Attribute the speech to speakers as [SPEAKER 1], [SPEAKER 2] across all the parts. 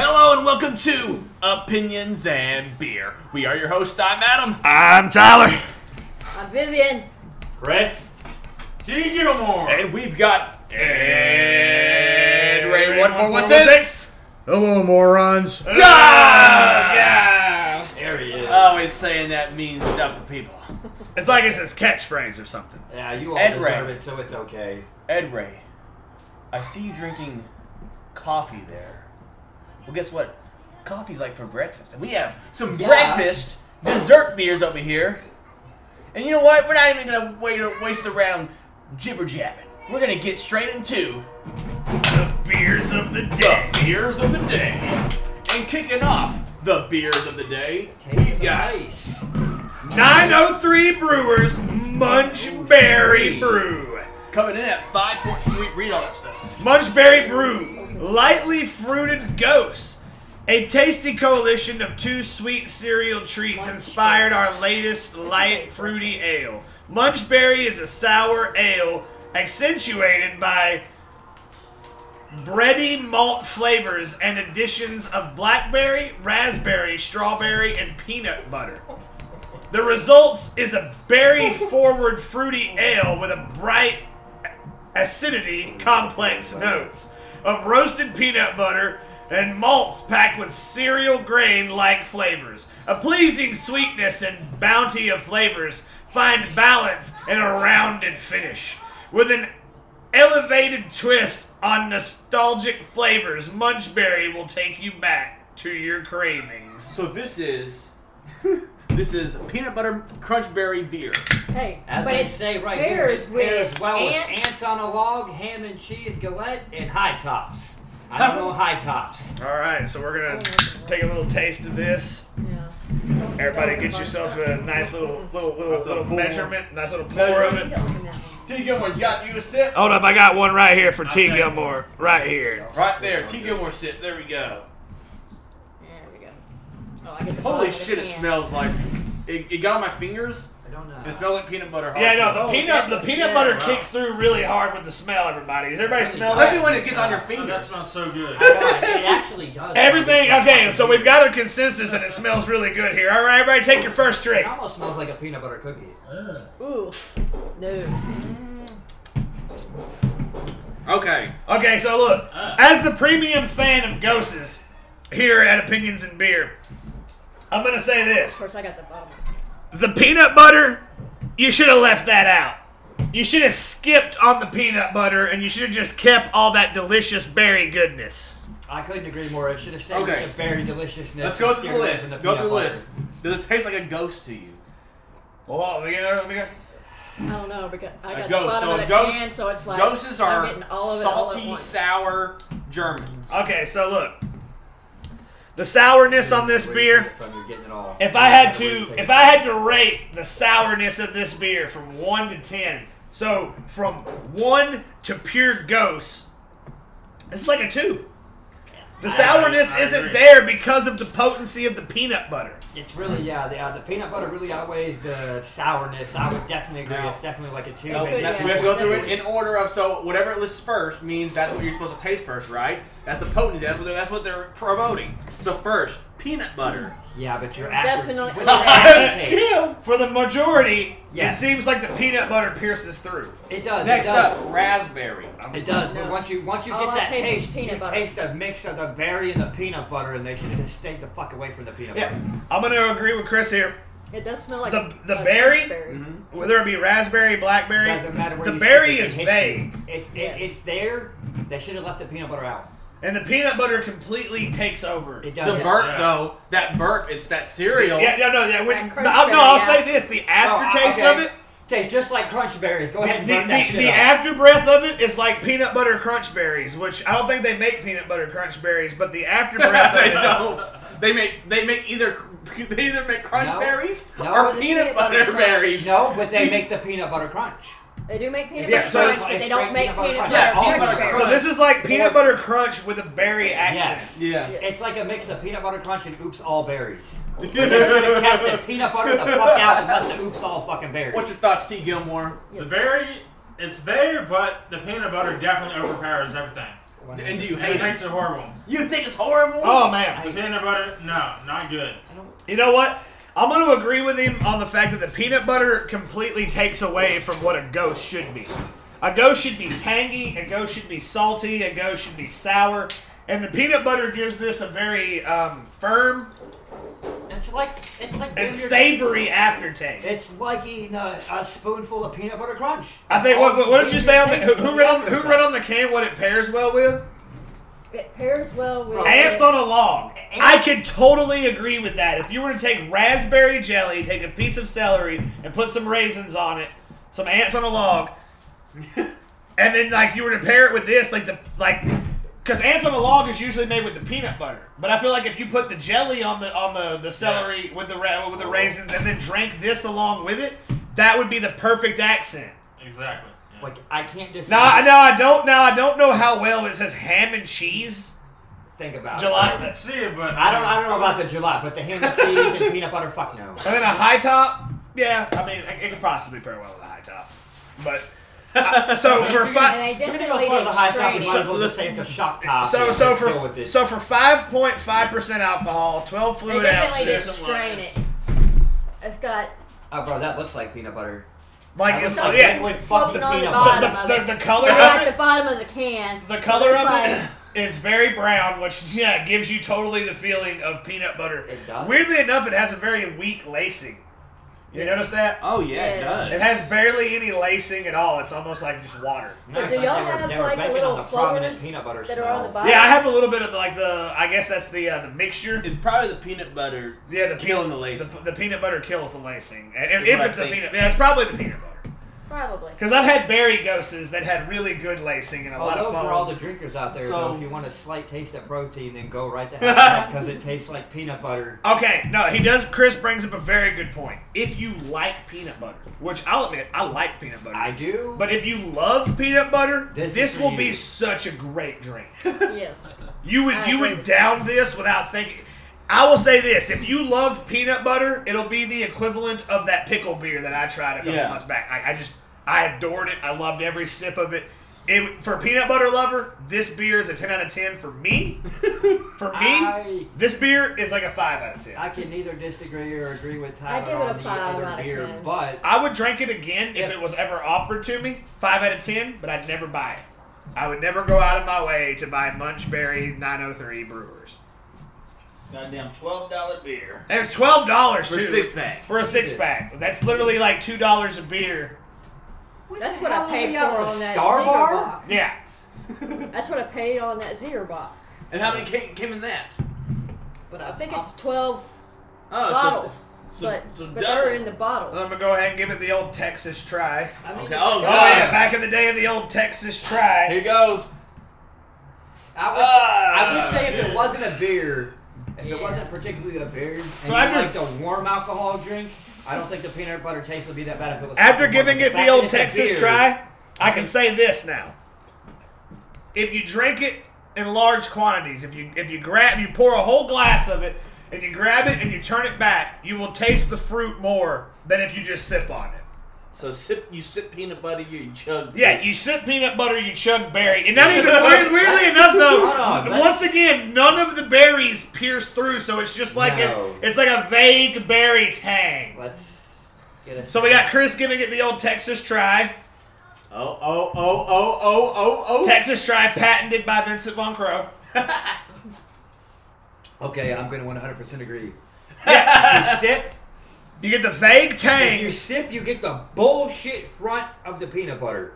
[SPEAKER 1] Welcome to Opinions and Beer. We are your hosts. I'm Adam.
[SPEAKER 2] I'm Tyler.
[SPEAKER 3] I'm Vivian.
[SPEAKER 4] Chris T. Gilmore.
[SPEAKER 1] And we've got Ed Ray. One more. What's
[SPEAKER 4] One,
[SPEAKER 1] this?
[SPEAKER 2] Hello, morons.
[SPEAKER 4] There he is.
[SPEAKER 1] Always saying that mean stuff to people.
[SPEAKER 2] It's like it's his catchphrase or something.
[SPEAKER 4] yeah, you all
[SPEAKER 1] Ed
[SPEAKER 4] deserve
[SPEAKER 1] Ray.
[SPEAKER 4] it, so it's okay.
[SPEAKER 1] Ed Ray, I see you drinking coffee there. Well, guess what? Coffee's like for breakfast. And we have some
[SPEAKER 3] Yeah.
[SPEAKER 1] breakfast dessert beers over here. And you know what? We're not even going to wait, waste around jibber jabbing. We're going to get straight into
[SPEAKER 2] The beers of the day.
[SPEAKER 1] beers of the day. And kicking off the beers of the day, we've got
[SPEAKER 4] Nice.
[SPEAKER 2] 903 Brewers Munchberry Brew.
[SPEAKER 1] coming in at 5.4. Read all that stuff.
[SPEAKER 2] Munchberry Brew. Lightly fruited ghosts. A tasty coalition of two sweet cereal treats inspired our latest light fruity ale. Munchberry is a sour ale accentuated by bready malt flavors and additions of blackberry, raspberry, strawberry, and peanut butter. The results is a berry forward fruity ale with a bright acidity, complex notes of roasted peanut butter and malts packed with cereal grain like flavors. A pleasing sweetness and bounty of flavors find balance in a rounded finish. With an elevated twist on nostalgic flavors, Munchberry will take you back to your cravings.
[SPEAKER 1] So this is. This is peanut butter crunch berry beer.
[SPEAKER 3] Hey,
[SPEAKER 4] As
[SPEAKER 3] but
[SPEAKER 4] they
[SPEAKER 3] it's
[SPEAKER 4] say right here,
[SPEAKER 3] pairs
[SPEAKER 4] it
[SPEAKER 3] with
[SPEAKER 4] pairs well
[SPEAKER 3] ants.
[SPEAKER 4] with ants on a log, ham and cheese, Gillette, and high tops. I don't know high tops.
[SPEAKER 2] All right, so we're gonna take a little taste of this.
[SPEAKER 3] Yeah.
[SPEAKER 2] Everybody, get yourself a nice little little little,
[SPEAKER 1] Nice little
[SPEAKER 2] little
[SPEAKER 1] pour.
[SPEAKER 2] measurement, nice little pour of
[SPEAKER 3] You
[SPEAKER 2] it.
[SPEAKER 3] don't open that one.
[SPEAKER 1] T Gilmore, you got you a sip?
[SPEAKER 2] Hold up, I got one right here for T.
[SPEAKER 1] take it.
[SPEAKER 2] Gilmore, right here.
[SPEAKER 1] Right there, T Gilmore sip. There we go.
[SPEAKER 3] There we go. Oh, I get the bottom
[SPEAKER 1] Holy
[SPEAKER 3] of the
[SPEAKER 1] shit, it
[SPEAKER 3] can.
[SPEAKER 1] smells like. It, it got on my fingers.
[SPEAKER 4] I don't know.
[SPEAKER 1] And it smells like peanut butter.
[SPEAKER 2] Yeah, no,
[SPEAKER 3] Oh,
[SPEAKER 2] the peanut the
[SPEAKER 3] definitely.
[SPEAKER 2] peanut
[SPEAKER 3] Yeah.
[SPEAKER 2] butter
[SPEAKER 3] Wow.
[SPEAKER 2] kicks through really hard with the smell. Everybody, does everybody smell
[SPEAKER 1] Especially
[SPEAKER 2] that?
[SPEAKER 1] when it gets on your
[SPEAKER 5] Oh,
[SPEAKER 1] fingers.
[SPEAKER 5] that smells so good.
[SPEAKER 4] I know, it actually does.
[SPEAKER 2] Everything okay, so we've got a consensus and it smells really good here. All right, everybody, take your first
[SPEAKER 4] It
[SPEAKER 2] drink.
[SPEAKER 4] almost smells like a peanut butter cookie.
[SPEAKER 3] Ooh. No.
[SPEAKER 1] Okay.
[SPEAKER 2] Okay, so look,
[SPEAKER 3] Uh.
[SPEAKER 2] as the premium fan of Ghosts here at Opinions and Beer, I'm gonna say
[SPEAKER 3] Of
[SPEAKER 2] this:
[SPEAKER 3] course, I got the bottom. of the can.
[SPEAKER 2] the peanut butter, you should have left that out. You should have skipped on the peanut butter and you should have just kept all that delicious berry goodness.
[SPEAKER 4] I couldn't agree more. It should have stayed
[SPEAKER 1] Okay.
[SPEAKER 4] with the berry deliciousness.
[SPEAKER 1] Let's go
[SPEAKER 4] and
[SPEAKER 1] through the
[SPEAKER 4] scared away from
[SPEAKER 1] list. Go
[SPEAKER 4] peanut
[SPEAKER 1] through the
[SPEAKER 4] butter.
[SPEAKER 1] list. Does it taste like a ghost to you?
[SPEAKER 2] Well, hold on, let me get there, let me go.
[SPEAKER 3] I don't know because I
[SPEAKER 1] A
[SPEAKER 3] got the
[SPEAKER 1] ghost,
[SPEAKER 3] bottom
[SPEAKER 1] so
[SPEAKER 3] of
[SPEAKER 1] a
[SPEAKER 3] the
[SPEAKER 1] ghost-
[SPEAKER 3] can, so it's like
[SPEAKER 1] Ghosts
[SPEAKER 3] I'm
[SPEAKER 1] are
[SPEAKER 3] getting all of it all at
[SPEAKER 1] salty,
[SPEAKER 3] once.
[SPEAKER 1] sour Germans.
[SPEAKER 2] Okay, so look. The sourness on this
[SPEAKER 4] Where you get
[SPEAKER 2] beer,
[SPEAKER 4] it from, you're getting it all.
[SPEAKER 2] if I had
[SPEAKER 4] Where you
[SPEAKER 2] to
[SPEAKER 4] take
[SPEAKER 2] if
[SPEAKER 4] it.
[SPEAKER 2] I had to rate the sourness of this beer from 1 to 10. So, from 1 to pure ghost, it's like a 2. The sourness
[SPEAKER 5] I
[SPEAKER 2] isn't
[SPEAKER 5] agree.
[SPEAKER 2] there because of the potency of the peanut butter.
[SPEAKER 4] It's really yeah. The, uh, the peanut butter really outweighs the sourness. I would definitely agree.
[SPEAKER 1] Yeah.
[SPEAKER 4] It's definitely like a two.
[SPEAKER 1] No,
[SPEAKER 4] but
[SPEAKER 3] Okay,
[SPEAKER 1] that's-
[SPEAKER 3] yeah.
[SPEAKER 1] we have to go through it in order of so whatever it lists first means that's what you're supposed to taste first, right? That's the potency. That's what they're, that's what they're promoting. So first, peanut butter.
[SPEAKER 4] yeah, but you're
[SPEAKER 3] Definitely.
[SPEAKER 4] After,
[SPEAKER 2] Still, for the majority,
[SPEAKER 4] Yes.
[SPEAKER 2] it seems like the peanut butter pierces through.
[SPEAKER 4] it does.
[SPEAKER 1] Next
[SPEAKER 4] it does.
[SPEAKER 1] up, raspberry.
[SPEAKER 4] It does,
[SPEAKER 3] No.
[SPEAKER 4] but once you once you
[SPEAKER 3] All
[SPEAKER 4] get
[SPEAKER 3] I
[SPEAKER 4] that
[SPEAKER 3] taste is
[SPEAKER 4] taste,
[SPEAKER 3] peanut
[SPEAKER 4] you
[SPEAKER 3] butter.
[SPEAKER 4] taste the mix of the berry and the peanut butter, and they should have just stayed the fuck away from the peanut
[SPEAKER 2] Yeah,
[SPEAKER 4] butter.
[SPEAKER 2] I'm gonna agree with Chris here.
[SPEAKER 3] It does smell like
[SPEAKER 2] The- the
[SPEAKER 3] like
[SPEAKER 2] berry?
[SPEAKER 3] raspberry.
[SPEAKER 1] Mm-hmm.
[SPEAKER 2] Whether it be raspberry, blackberry,
[SPEAKER 4] Doesn't matter where
[SPEAKER 2] the
[SPEAKER 4] you
[SPEAKER 2] berry
[SPEAKER 4] stick it,
[SPEAKER 2] is
[SPEAKER 4] it hits
[SPEAKER 2] vague,
[SPEAKER 4] you. It, it,
[SPEAKER 3] Yes.
[SPEAKER 4] It's there. They should have left the peanut butter out.
[SPEAKER 2] and the peanut butter completely takes over.
[SPEAKER 4] It
[SPEAKER 1] The
[SPEAKER 4] does.
[SPEAKER 1] burp though, that burp, it's that cereal.
[SPEAKER 2] Yeah, no, no, yeah. When,
[SPEAKER 3] That
[SPEAKER 2] no,
[SPEAKER 3] crunch
[SPEAKER 2] I'll- no,
[SPEAKER 3] berry,
[SPEAKER 2] I'll
[SPEAKER 3] yeah.
[SPEAKER 2] say this: the aftertaste
[SPEAKER 4] Oh, okay.
[SPEAKER 2] of it,
[SPEAKER 4] Tastes just like crunch berries. Go ahead
[SPEAKER 2] the,
[SPEAKER 4] and burn that
[SPEAKER 2] the,
[SPEAKER 4] shit
[SPEAKER 2] the
[SPEAKER 4] up.
[SPEAKER 2] after breath of it is like peanut butter crunch berries, which I don't think they make peanut butter crunch berries, but the after breath of
[SPEAKER 1] they
[SPEAKER 2] it,
[SPEAKER 1] don't. They make they make either they either make crunch
[SPEAKER 4] No.
[SPEAKER 1] berries
[SPEAKER 4] No.
[SPEAKER 1] or
[SPEAKER 3] The
[SPEAKER 1] peanut butter
[SPEAKER 3] crunch.
[SPEAKER 1] berries.
[SPEAKER 4] no, but they make the peanut butter crunch.
[SPEAKER 3] They do make peanut
[SPEAKER 2] Yeah,
[SPEAKER 3] butter
[SPEAKER 2] so
[SPEAKER 3] crunch,
[SPEAKER 2] it's
[SPEAKER 3] but
[SPEAKER 4] like
[SPEAKER 3] they
[SPEAKER 4] straight
[SPEAKER 3] don't make
[SPEAKER 4] peanut
[SPEAKER 3] peanut
[SPEAKER 4] butter
[SPEAKER 3] butter.
[SPEAKER 1] crunch. Yeah, all
[SPEAKER 3] crunch
[SPEAKER 1] peanut butter
[SPEAKER 3] berries.
[SPEAKER 2] So this is like peanut butter crunch with a berry accent.
[SPEAKER 4] Yes.
[SPEAKER 1] Yeah.
[SPEAKER 4] It's like a mix of peanut butter crunch and oops all berries. They should have kept the peanut butter the fuck out and left the oops all fucking berries.
[SPEAKER 1] What's your thoughts, T. Gilmore?
[SPEAKER 5] The berry, it's there, but the peanut butter definitely overpowers everything.
[SPEAKER 4] one.
[SPEAKER 1] And do you
[SPEAKER 5] Hey,
[SPEAKER 1] hate it?
[SPEAKER 5] nights are horrible.
[SPEAKER 1] You think it's horrible?
[SPEAKER 2] Oh man.
[SPEAKER 5] The peanut butter, no, not good.
[SPEAKER 2] You know what? I'm going to agree with him on the fact that the peanut butter completely takes away from what a ghost should be. A ghost should be tangy, a ghost should be salty, a ghost should be sour, and the peanut butter gives this a very um, firm
[SPEAKER 4] It's like it's like
[SPEAKER 2] and
[SPEAKER 4] doing your-
[SPEAKER 2] savory aftertaste.
[SPEAKER 4] It's like eating a, a spoonful of peanut butter crunch.
[SPEAKER 2] I think. What, what, what did you say on the who, who read on who read on the can what it pairs well with?
[SPEAKER 3] It pairs well with
[SPEAKER 2] Ants on a log. I could totally agree with that. If you were to take raspberry jelly, take a piece of celery, and put some raisins on it, some ants on a log, and then like you were to pair it with this, like the like, because ants on a log is usually made with the peanut butter. But I feel like if you put the jelly on the on the the celery with the ra- with the raisins, and then drank this along with it, that would be the perfect accent.
[SPEAKER 5] Exactly. yeah.
[SPEAKER 4] Like I can't just
[SPEAKER 2] Now, I- now I don't now I don't know how well it says ham and cheese
[SPEAKER 4] think about
[SPEAKER 2] July.
[SPEAKER 5] I can see it, but uh,
[SPEAKER 4] It. I don't I don't know about the July, but the ham and cheese and peanut butter, fuck no.
[SPEAKER 2] And then a high top, yeah, I mean, it, it could possibly pair well with a high top. But, uh, so for five,
[SPEAKER 3] And they
[SPEAKER 4] We're gonna
[SPEAKER 3] definitely
[SPEAKER 4] go as far as the high top, we
[SPEAKER 3] did
[SPEAKER 4] might as
[SPEAKER 3] straight.
[SPEAKER 4] well just say it's a shock top.
[SPEAKER 2] so,
[SPEAKER 4] Let's
[SPEAKER 2] so for,
[SPEAKER 4] go with it.
[SPEAKER 2] so for 5.5% alcohol, 12
[SPEAKER 3] They
[SPEAKER 2] fluid
[SPEAKER 3] definitely
[SPEAKER 2] ounces,
[SPEAKER 3] did
[SPEAKER 5] Some
[SPEAKER 3] strain it.
[SPEAKER 5] lines.
[SPEAKER 3] It's got
[SPEAKER 4] oh, bro, that looks like peanut butter.
[SPEAKER 2] like,
[SPEAKER 4] That
[SPEAKER 2] it's,
[SPEAKER 4] looks like
[SPEAKER 2] yeah,
[SPEAKER 4] liquid fuck the
[SPEAKER 3] floating on the
[SPEAKER 4] peanut
[SPEAKER 3] bottom.
[SPEAKER 4] butter.
[SPEAKER 2] the, the, the color
[SPEAKER 3] it's like
[SPEAKER 2] of
[SPEAKER 3] the
[SPEAKER 2] it,
[SPEAKER 3] bottom of the can.
[SPEAKER 2] the color
[SPEAKER 3] It's
[SPEAKER 2] of it
[SPEAKER 3] like-
[SPEAKER 2] is very brown, which, yeah, gives you totally the feeling of peanut butter.
[SPEAKER 4] It does.
[SPEAKER 2] Weirdly enough, it has a very weak lacing. You notice that?
[SPEAKER 1] Oh yeah, it
[SPEAKER 3] Yeah.
[SPEAKER 1] does.
[SPEAKER 2] It has barely any lacing at all. It's almost like just water.
[SPEAKER 4] No,
[SPEAKER 3] But
[SPEAKER 4] it's
[SPEAKER 3] do
[SPEAKER 4] like
[SPEAKER 3] y'all
[SPEAKER 4] they were-
[SPEAKER 3] have
[SPEAKER 4] they were
[SPEAKER 3] like the
[SPEAKER 4] banking
[SPEAKER 3] little
[SPEAKER 4] on the prominent
[SPEAKER 3] floaters
[SPEAKER 4] peanut butter
[SPEAKER 3] that are on the
[SPEAKER 4] smell.
[SPEAKER 3] bottom?
[SPEAKER 2] Yeah, I have a little bit of like the. I guess that's the uh, the mixture.
[SPEAKER 1] It's probably the peanut butter.
[SPEAKER 2] Yeah, the
[SPEAKER 1] Killing
[SPEAKER 2] peanut,
[SPEAKER 1] the lacing.
[SPEAKER 2] The, the peanut butter kills the lacing. And- and
[SPEAKER 1] Is
[SPEAKER 2] if
[SPEAKER 1] what I
[SPEAKER 2] it's the
[SPEAKER 1] think.
[SPEAKER 2] peanut, yeah, it's probably the peanut butter.
[SPEAKER 3] Probably.
[SPEAKER 2] Because I've had berry ghosts that had really good lacing and a lot
[SPEAKER 4] Although
[SPEAKER 2] of fun.
[SPEAKER 4] for Oh, all the drinkers out there,
[SPEAKER 1] So-
[SPEAKER 4] though, if you want a slight taste of protein, then go right to that because it tastes like peanut butter.
[SPEAKER 2] okay, no, he does. Chris brings up a very good point. If you like peanut butter, which I'll admit, I like peanut butter.
[SPEAKER 4] I do.
[SPEAKER 2] but if you love peanut butter,
[SPEAKER 4] This
[SPEAKER 2] this,
[SPEAKER 4] is for
[SPEAKER 2] will
[SPEAKER 4] you.
[SPEAKER 2] be such a great drink.
[SPEAKER 3] yes.
[SPEAKER 2] You would
[SPEAKER 3] I
[SPEAKER 2] you
[SPEAKER 3] agree
[SPEAKER 2] would
[SPEAKER 3] with
[SPEAKER 2] down this without thinking. I will say this: if you love peanut butter, it'll be the equivalent of that pickle beer that I tried a couple
[SPEAKER 1] Yeah.
[SPEAKER 2] months back. I, I just I adored it. I loved every sip of it. It for a peanut butter lover, this beer is a ten out of ten for me. For me,
[SPEAKER 4] I-
[SPEAKER 2] this beer is like a five out of ten. I,
[SPEAKER 4] I can neither disagree or agree with
[SPEAKER 3] I
[SPEAKER 4] Tyler
[SPEAKER 3] give it
[SPEAKER 4] on
[SPEAKER 3] a
[SPEAKER 4] the
[SPEAKER 3] five out
[SPEAKER 4] other
[SPEAKER 3] of
[SPEAKER 4] beer,
[SPEAKER 3] 10.
[SPEAKER 4] but
[SPEAKER 2] would drink it again if
[SPEAKER 4] Yeah.
[SPEAKER 2] it was ever offered to me. Five out of ten, but I'd never buy it. I would never go out of my way to buy Munchberry 903 Brewers.
[SPEAKER 5] Goddamn twelve dollar beer.
[SPEAKER 2] And it's twelve dollars
[SPEAKER 1] For
[SPEAKER 2] too.
[SPEAKER 1] a six pack.
[SPEAKER 2] For a six pack. That's literally like two dollars a beer.
[SPEAKER 3] That's what I paid for
[SPEAKER 4] hell?
[SPEAKER 3] on that
[SPEAKER 4] Star
[SPEAKER 3] Zinger
[SPEAKER 4] Bar?
[SPEAKER 3] box.
[SPEAKER 2] Yeah.
[SPEAKER 3] That's what I paid on that Zinger box.
[SPEAKER 1] And how many came, came in that?
[SPEAKER 4] but
[SPEAKER 3] I think it's 12
[SPEAKER 1] Oh, so-
[SPEAKER 3] bottles.
[SPEAKER 1] so-
[SPEAKER 3] but
[SPEAKER 1] so
[SPEAKER 3] but they're
[SPEAKER 1] double.
[SPEAKER 3] in the bottle.
[SPEAKER 2] I'm gonna go ahead and give it the old Texas try.
[SPEAKER 4] I mean,
[SPEAKER 1] Okay, oh,
[SPEAKER 2] Oh
[SPEAKER 5] Uh,
[SPEAKER 1] God.
[SPEAKER 2] yeah, back in the day of the old Texas try.
[SPEAKER 1] Here goes.
[SPEAKER 4] I would, I
[SPEAKER 2] Uh,
[SPEAKER 4] would say if it wasn't a beer, if it
[SPEAKER 3] Yeah.
[SPEAKER 4] wasn't particularly a beer, and
[SPEAKER 2] So
[SPEAKER 4] so
[SPEAKER 2] I've been-
[SPEAKER 4] like the warm alcohol drink, I don't think the peanut butter taste would be that bad if it was.
[SPEAKER 2] After
[SPEAKER 4] fucking
[SPEAKER 2] giving
[SPEAKER 4] warm.
[SPEAKER 2] it
[SPEAKER 4] fact
[SPEAKER 2] the
[SPEAKER 4] that
[SPEAKER 2] old
[SPEAKER 4] it's a
[SPEAKER 2] Texas
[SPEAKER 4] beer-
[SPEAKER 2] try, I can say this now. If you drink it in large quantities, if you if you grab you pour a whole glass of it and you grab it and you turn it back, you will taste the fruit more than if you just sip on it.
[SPEAKER 1] So sip. You sip peanut butter. You chug.
[SPEAKER 2] Yeah, you sip peanut butter, you chug berry, and not even weird, weirdly enough
[SPEAKER 4] Hold on,
[SPEAKER 2] though.
[SPEAKER 4] let's-
[SPEAKER 2] Once again, none of the berries pierce through, so it's just like
[SPEAKER 4] No.
[SPEAKER 2] a, it's like a vague berry tang.
[SPEAKER 4] Let's get a.
[SPEAKER 2] So we got Chris giving it the old Texas try.
[SPEAKER 1] Oh oh oh oh oh oh oh.
[SPEAKER 2] Texas try patented by Vincent Von Crow.
[SPEAKER 4] Okay, I'm gonna 100% agree.
[SPEAKER 2] Yeah.
[SPEAKER 4] You sip,
[SPEAKER 2] you get the vague
[SPEAKER 4] if you
[SPEAKER 2] tang,
[SPEAKER 4] sip, you get the bullshit front of the peanut butter.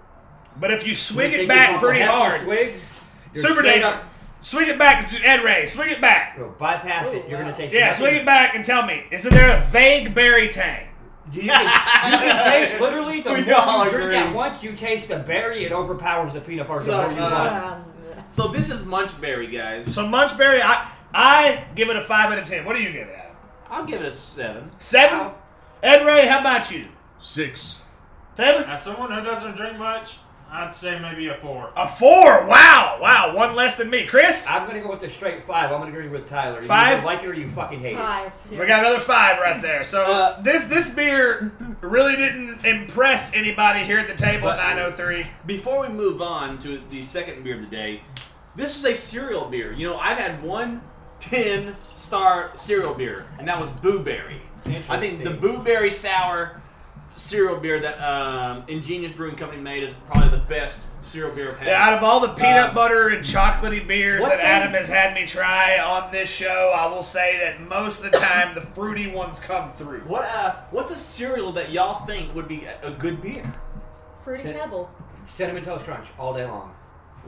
[SPEAKER 2] but if you swing
[SPEAKER 4] You
[SPEAKER 2] it
[SPEAKER 4] take a
[SPEAKER 2] back
[SPEAKER 4] couple
[SPEAKER 2] pretty
[SPEAKER 4] hefty
[SPEAKER 2] hard,
[SPEAKER 4] Swigs, you're
[SPEAKER 2] super
[SPEAKER 4] straight
[SPEAKER 2] dangerous.
[SPEAKER 4] up-
[SPEAKER 2] Swing it back, Ed Ray. Swing it back.
[SPEAKER 4] Go bypass it.
[SPEAKER 3] Oh,
[SPEAKER 4] You're
[SPEAKER 3] wow.
[SPEAKER 4] gonna taste.
[SPEAKER 2] Yeah,
[SPEAKER 4] nothing.
[SPEAKER 2] swing it back and tell me, is there a vague berry tang?
[SPEAKER 4] You can, you can taste literally the
[SPEAKER 1] We
[SPEAKER 4] more
[SPEAKER 1] all
[SPEAKER 4] you drink
[SPEAKER 1] agree.
[SPEAKER 4] at once, you taste the berry. It overpowers the peanut butter the
[SPEAKER 1] So,
[SPEAKER 4] more you
[SPEAKER 1] uh,
[SPEAKER 4] want.
[SPEAKER 3] Um,
[SPEAKER 1] So this is Munchberry, guys.
[SPEAKER 2] So Munchberry, I I give it a five out of ten. What do you give it? Adam?
[SPEAKER 1] I'll give it a seven.
[SPEAKER 2] Seven. Ed Ray, how about you?
[SPEAKER 6] Six.
[SPEAKER 2] Taylor.
[SPEAKER 5] As someone who doesn't drink much, I'd say maybe a four.
[SPEAKER 4] Oh,
[SPEAKER 2] A four. Wow, wow, one less than me. Chris,
[SPEAKER 4] I'm gonna go with the straight five. I'm gonna agree with Tyler. You
[SPEAKER 2] Five?
[SPEAKER 4] either like it or you fucking hate it.
[SPEAKER 3] five.
[SPEAKER 2] we got another five right there. So
[SPEAKER 1] Uh,
[SPEAKER 2] this this beer really didn't impress anybody here at the table.
[SPEAKER 1] But-
[SPEAKER 2] Nine oh three.
[SPEAKER 1] Before we move on to the second beer of the day, This is a cereal beer. You know, I've had one 10 star cereal beer, and that was Boo Berry. I think the
[SPEAKER 4] Interesting.
[SPEAKER 1] Boo Berry Sour cereal beer that um, Ingenious Brewing Company made is probably the best cereal beer I've had.
[SPEAKER 2] Out of all the peanut
[SPEAKER 1] Um,
[SPEAKER 2] butter and chocolatey beers that
[SPEAKER 1] what's that?
[SPEAKER 2] Adam has had me try on this show, I will say that most of the time the fruity ones come through.
[SPEAKER 1] What uh, what's a cereal that y'all think would be a, a good beer?
[SPEAKER 3] Fruity
[SPEAKER 4] Sit.
[SPEAKER 3] Pebble.
[SPEAKER 4] Cinnamon Toast Crunch all day long.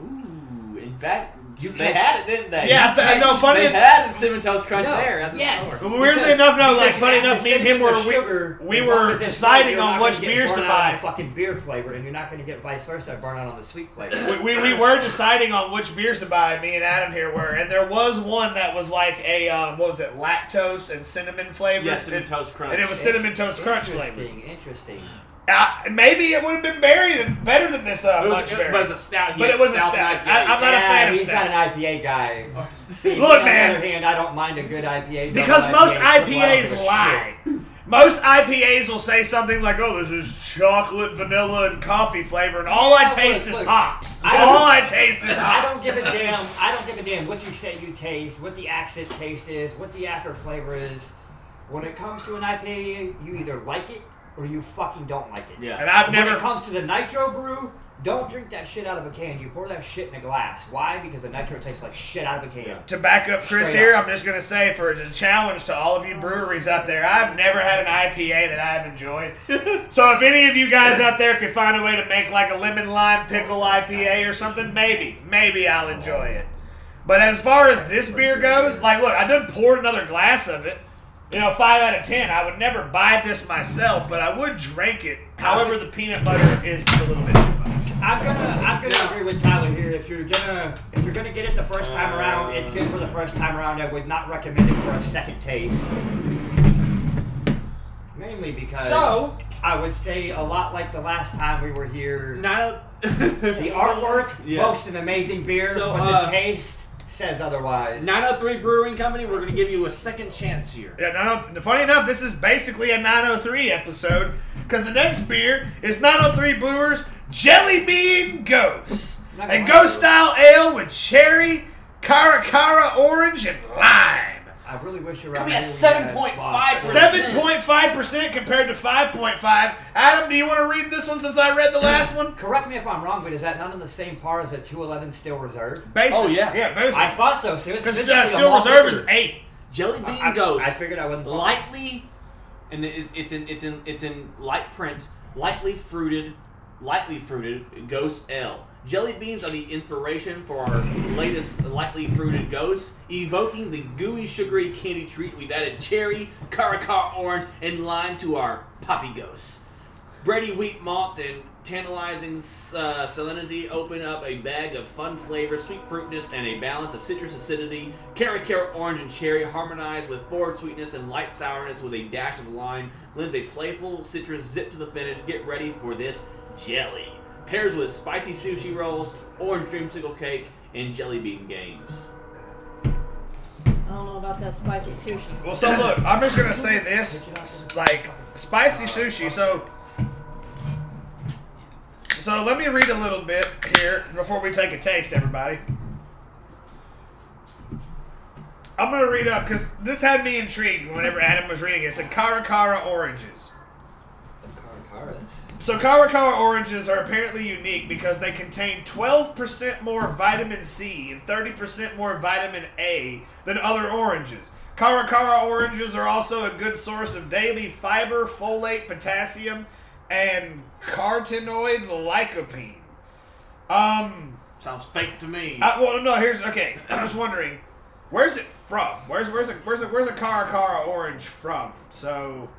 [SPEAKER 1] Ooh, in fact,
[SPEAKER 4] You
[SPEAKER 1] they
[SPEAKER 4] can't-
[SPEAKER 1] had it, didn't they?
[SPEAKER 2] Yeah, I know, funny-
[SPEAKER 1] They had it, cinnamon toast crunch
[SPEAKER 4] No.
[SPEAKER 1] there. That's
[SPEAKER 4] Yes.
[SPEAKER 1] what
[SPEAKER 2] But weirdly
[SPEAKER 4] Because-
[SPEAKER 2] enough, no, like
[SPEAKER 4] because
[SPEAKER 2] funny
[SPEAKER 4] at the
[SPEAKER 2] enough, me and him
[SPEAKER 4] cinnamon
[SPEAKER 2] were
[SPEAKER 4] or sugar,
[SPEAKER 2] we,
[SPEAKER 4] as
[SPEAKER 2] we
[SPEAKER 4] long
[SPEAKER 2] were
[SPEAKER 4] as it's
[SPEAKER 2] deciding
[SPEAKER 4] sweet, you're
[SPEAKER 2] on
[SPEAKER 4] not
[SPEAKER 2] which
[SPEAKER 4] gonna get
[SPEAKER 2] beers to
[SPEAKER 4] burnt out on the
[SPEAKER 2] buy.
[SPEAKER 4] Fucking beer flavor, and you're not going to get vice versa burn out on the sweet flavor.
[SPEAKER 2] We, we, we were deciding on which beers to buy. Me and Adam here were, and there was one that was like a um, what was it, lactose and cinnamon flavor.
[SPEAKER 1] Yes, cinnamon
[SPEAKER 2] and,
[SPEAKER 1] toast crunch.
[SPEAKER 2] and it was cinnamon toast crunch flavor.
[SPEAKER 4] Interesting, interesting.
[SPEAKER 2] Uh, maybe it would have been berry than, better than this uh,
[SPEAKER 1] It was-
[SPEAKER 2] much
[SPEAKER 1] it-
[SPEAKER 2] berry.
[SPEAKER 1] but it was a stout. he
[SPEAKER 2] But
[SPEAKER 1] had
[SPEAKER 2] it was a
[SPEAKER 1] Stout
[SPEAKER 2] stout.
[SPEAKER 1] IPA.
[SPEAKER 2] I- I'm not a
[SPEAKER 4] yeah,
[SPEAKER 2] fan of
[SPEAKER 4] he's not
[SPEAKER 2] stouts.
[SPEAKER 4] an IPA guy.
[SPEAKER 1] See,
[SPEAKER 2] Look,
[SPEAKER 4] on
[SPEAKER 2] man.
[SPEAKER 4] the other hand, I don't mind a good IPA.
[SPEAKER 2] Because
[SPEAKER 4] double
[SPEAKER 2] most
[SPEAKER 4] IPA, so I don't give
[SPEAKER 2] IPAs
[SPEAKER 4] a
[SPEAKER 2] lie.
[SPEAKER 4] shit.
[SPEAKER 2] Most IPAs will say something like, "Oh, this is chocolate, vanilla, and coffee flavor, and all I
[SPEAKER 4] Yeah,
[SPEAKER 2] taste
[SPEAKER 4] look,
[SPEAKER 2] is
[SPEAKER 4] look.
[SPEAKER 2] hops.
[SPEAKER 4] I
[SPEAKER 2] all
[SPEAKER 4] don't-
[SPEAKER 2] I taste is
[SPEAKER 4] I
[SPEAKER 2] hops."
[SPEAKER 4] don't give a damn. I don't give a damn what you say you taste, what the accent taste is, what the after flavor is. When it comes to an IPA, you either like it or you fucking don't like it.
[SPEAKER 1] Yeah.
[SPEAKER 2] And I've
[SPEAKER 4] When
[SPEAKER 2] never
[SPEAKER 4] it comes to the nitro brew, don't drink that shit out of a can. You pour that shit in a glass. Why? Because the nitro tastes like shit out of a can.
[SPEAKER 2] To back up Chris
[SPEAKER 4] Straight
[SPEAKER 2] here,
[SPEAKER 4] up.
[SPEAKER 2] I'm just going to say for as a challenge to all of you breweries out there, I've never had an IPA that I've enjoyed. so if any of you guys out there could find a way to make like a lemon lime pickle IPA or something, maybe, maybe I'll enjoy it. But as far as this beer goes, like, look, I done poured another glass of it. You know, five out of ten. I would never buy this myself, but I would drink it. However, the peanut butter is just a little bit. too much.
[SPEAKER 4] I'm gonna I'm gonna agree with Tyler here. If you're gonna if you're gonna get it the first time around, it's good for the first time around. I would not recommend it for a second taste. Mainly because
[SPEAKER 1] So-
[SPEAKER 4] I would say a lot like the last time we were here.
[SPEAKER 1] Not
[SPEAKER 4] The
[SPEAKER 1] a,
[SPEAKER 4] artwork
[SPEAKER 1] Yeah.
[SPEAKER 4] boasts an amazing beer,
[SPEAKER 1] So,
[SPEAKER 4] but
[SPEAKER 1] uh,
[SPEAKER 4] the taste says otherwise.
[SPEAKER 1] 903 Brewing Company. We're going to give you a second chance here.
[SPEAKER 2] Yeah, 90 funny enough, this is basically a 903 episode because the next beer is 903 Brewers Jelly Bean Ghost.
[SPEAKER 4] Not
[SPEAKER 2] A
[SPEAKER 4] gonna
[SPEAKER 2] ghost
[SPEAKER 4] lie
[SPEAKER 2] style ale with cherry, cara cara orange, and lime.
[SPEAKER 4] I really wish around.
[SPEAKER 1] We
[SPEAKER 4] here
[SPEAKER 1] had
[SPEAKER 4] had
[SPEAKER 1] 7.5
[SPEAKER 4] Boston.
[SPEAKER 1] percent.
[SPEAKER 2] 7.5% compared to 5.5. Adam, do you want to read this one since I read the last one?
[SPEAKER 4] Correct me if I'm wrong, but is that not on the same par as a 211 Steel Reserve?
[SPEAKER 2] Basically.
[SPEAKER 1] Oh, yeah.
[SPEAKER 2] Yeah,
[SPEAKER 4] I
[SPEAKER 2] basically.
[SPEAKER 4] thought so. Seriously,
[SPEAKER 2] Because uh, Steel Reserve is 8.
[SPEAKER 1] Jelly Bean
[SPEAKER 4] I,
[SPEAKER 1] Ghost.
[SPEAKER 4] I figured I wouldn't.
[SPEAKER 1] lightly, and it is, it's in it's in it's in light print, lightly fruited, lightly fruited Ghost L. Jelly beans are the inspiration for our latest lightly fruited ghosts, evoking the gooey, sugary candy treat. We've added cherry, caracar orange, and lime to our poppy ghosts. Brady wheat malts and tantalizing uh, salinity open up a bag of fun flavor, sweet fruitness, and a balance of citrus acidity. Cara cara orange and cherry harmonize with forward sweetness and light sourness with a dash of lime. Lends a playful citrus zip to the finish. Get ready for this jelly. Pairs with spicy sushi rolls, orange dreamsicle cake, and jelly bean games.
[SPEAKER 3] I don't know about that spicy sushi.
[SPEAKER 2] Well, so look, I'm just gonna say this, s- like spicy sushi. So, so let me read a little bit here before we take a taste, everybody. I'm gonna read up because this had me intrigued whenever Adam was reading. It It said cara cara oranges. So Karakara oranges are apparently unique because they contain 12% more vitamin C and 30% more vitamin A than other oranges. Karakara oranges are also a good source of daily fiber, folate, potassium, and carotenoid lycopene. Um,
[SPEAKER 1] Sounds fake to me.
[SPEAKER 2] I, well, no, here's okay. I'm just wondering, where's it from? Where's where's a where's a where's a Karakara orange from? So,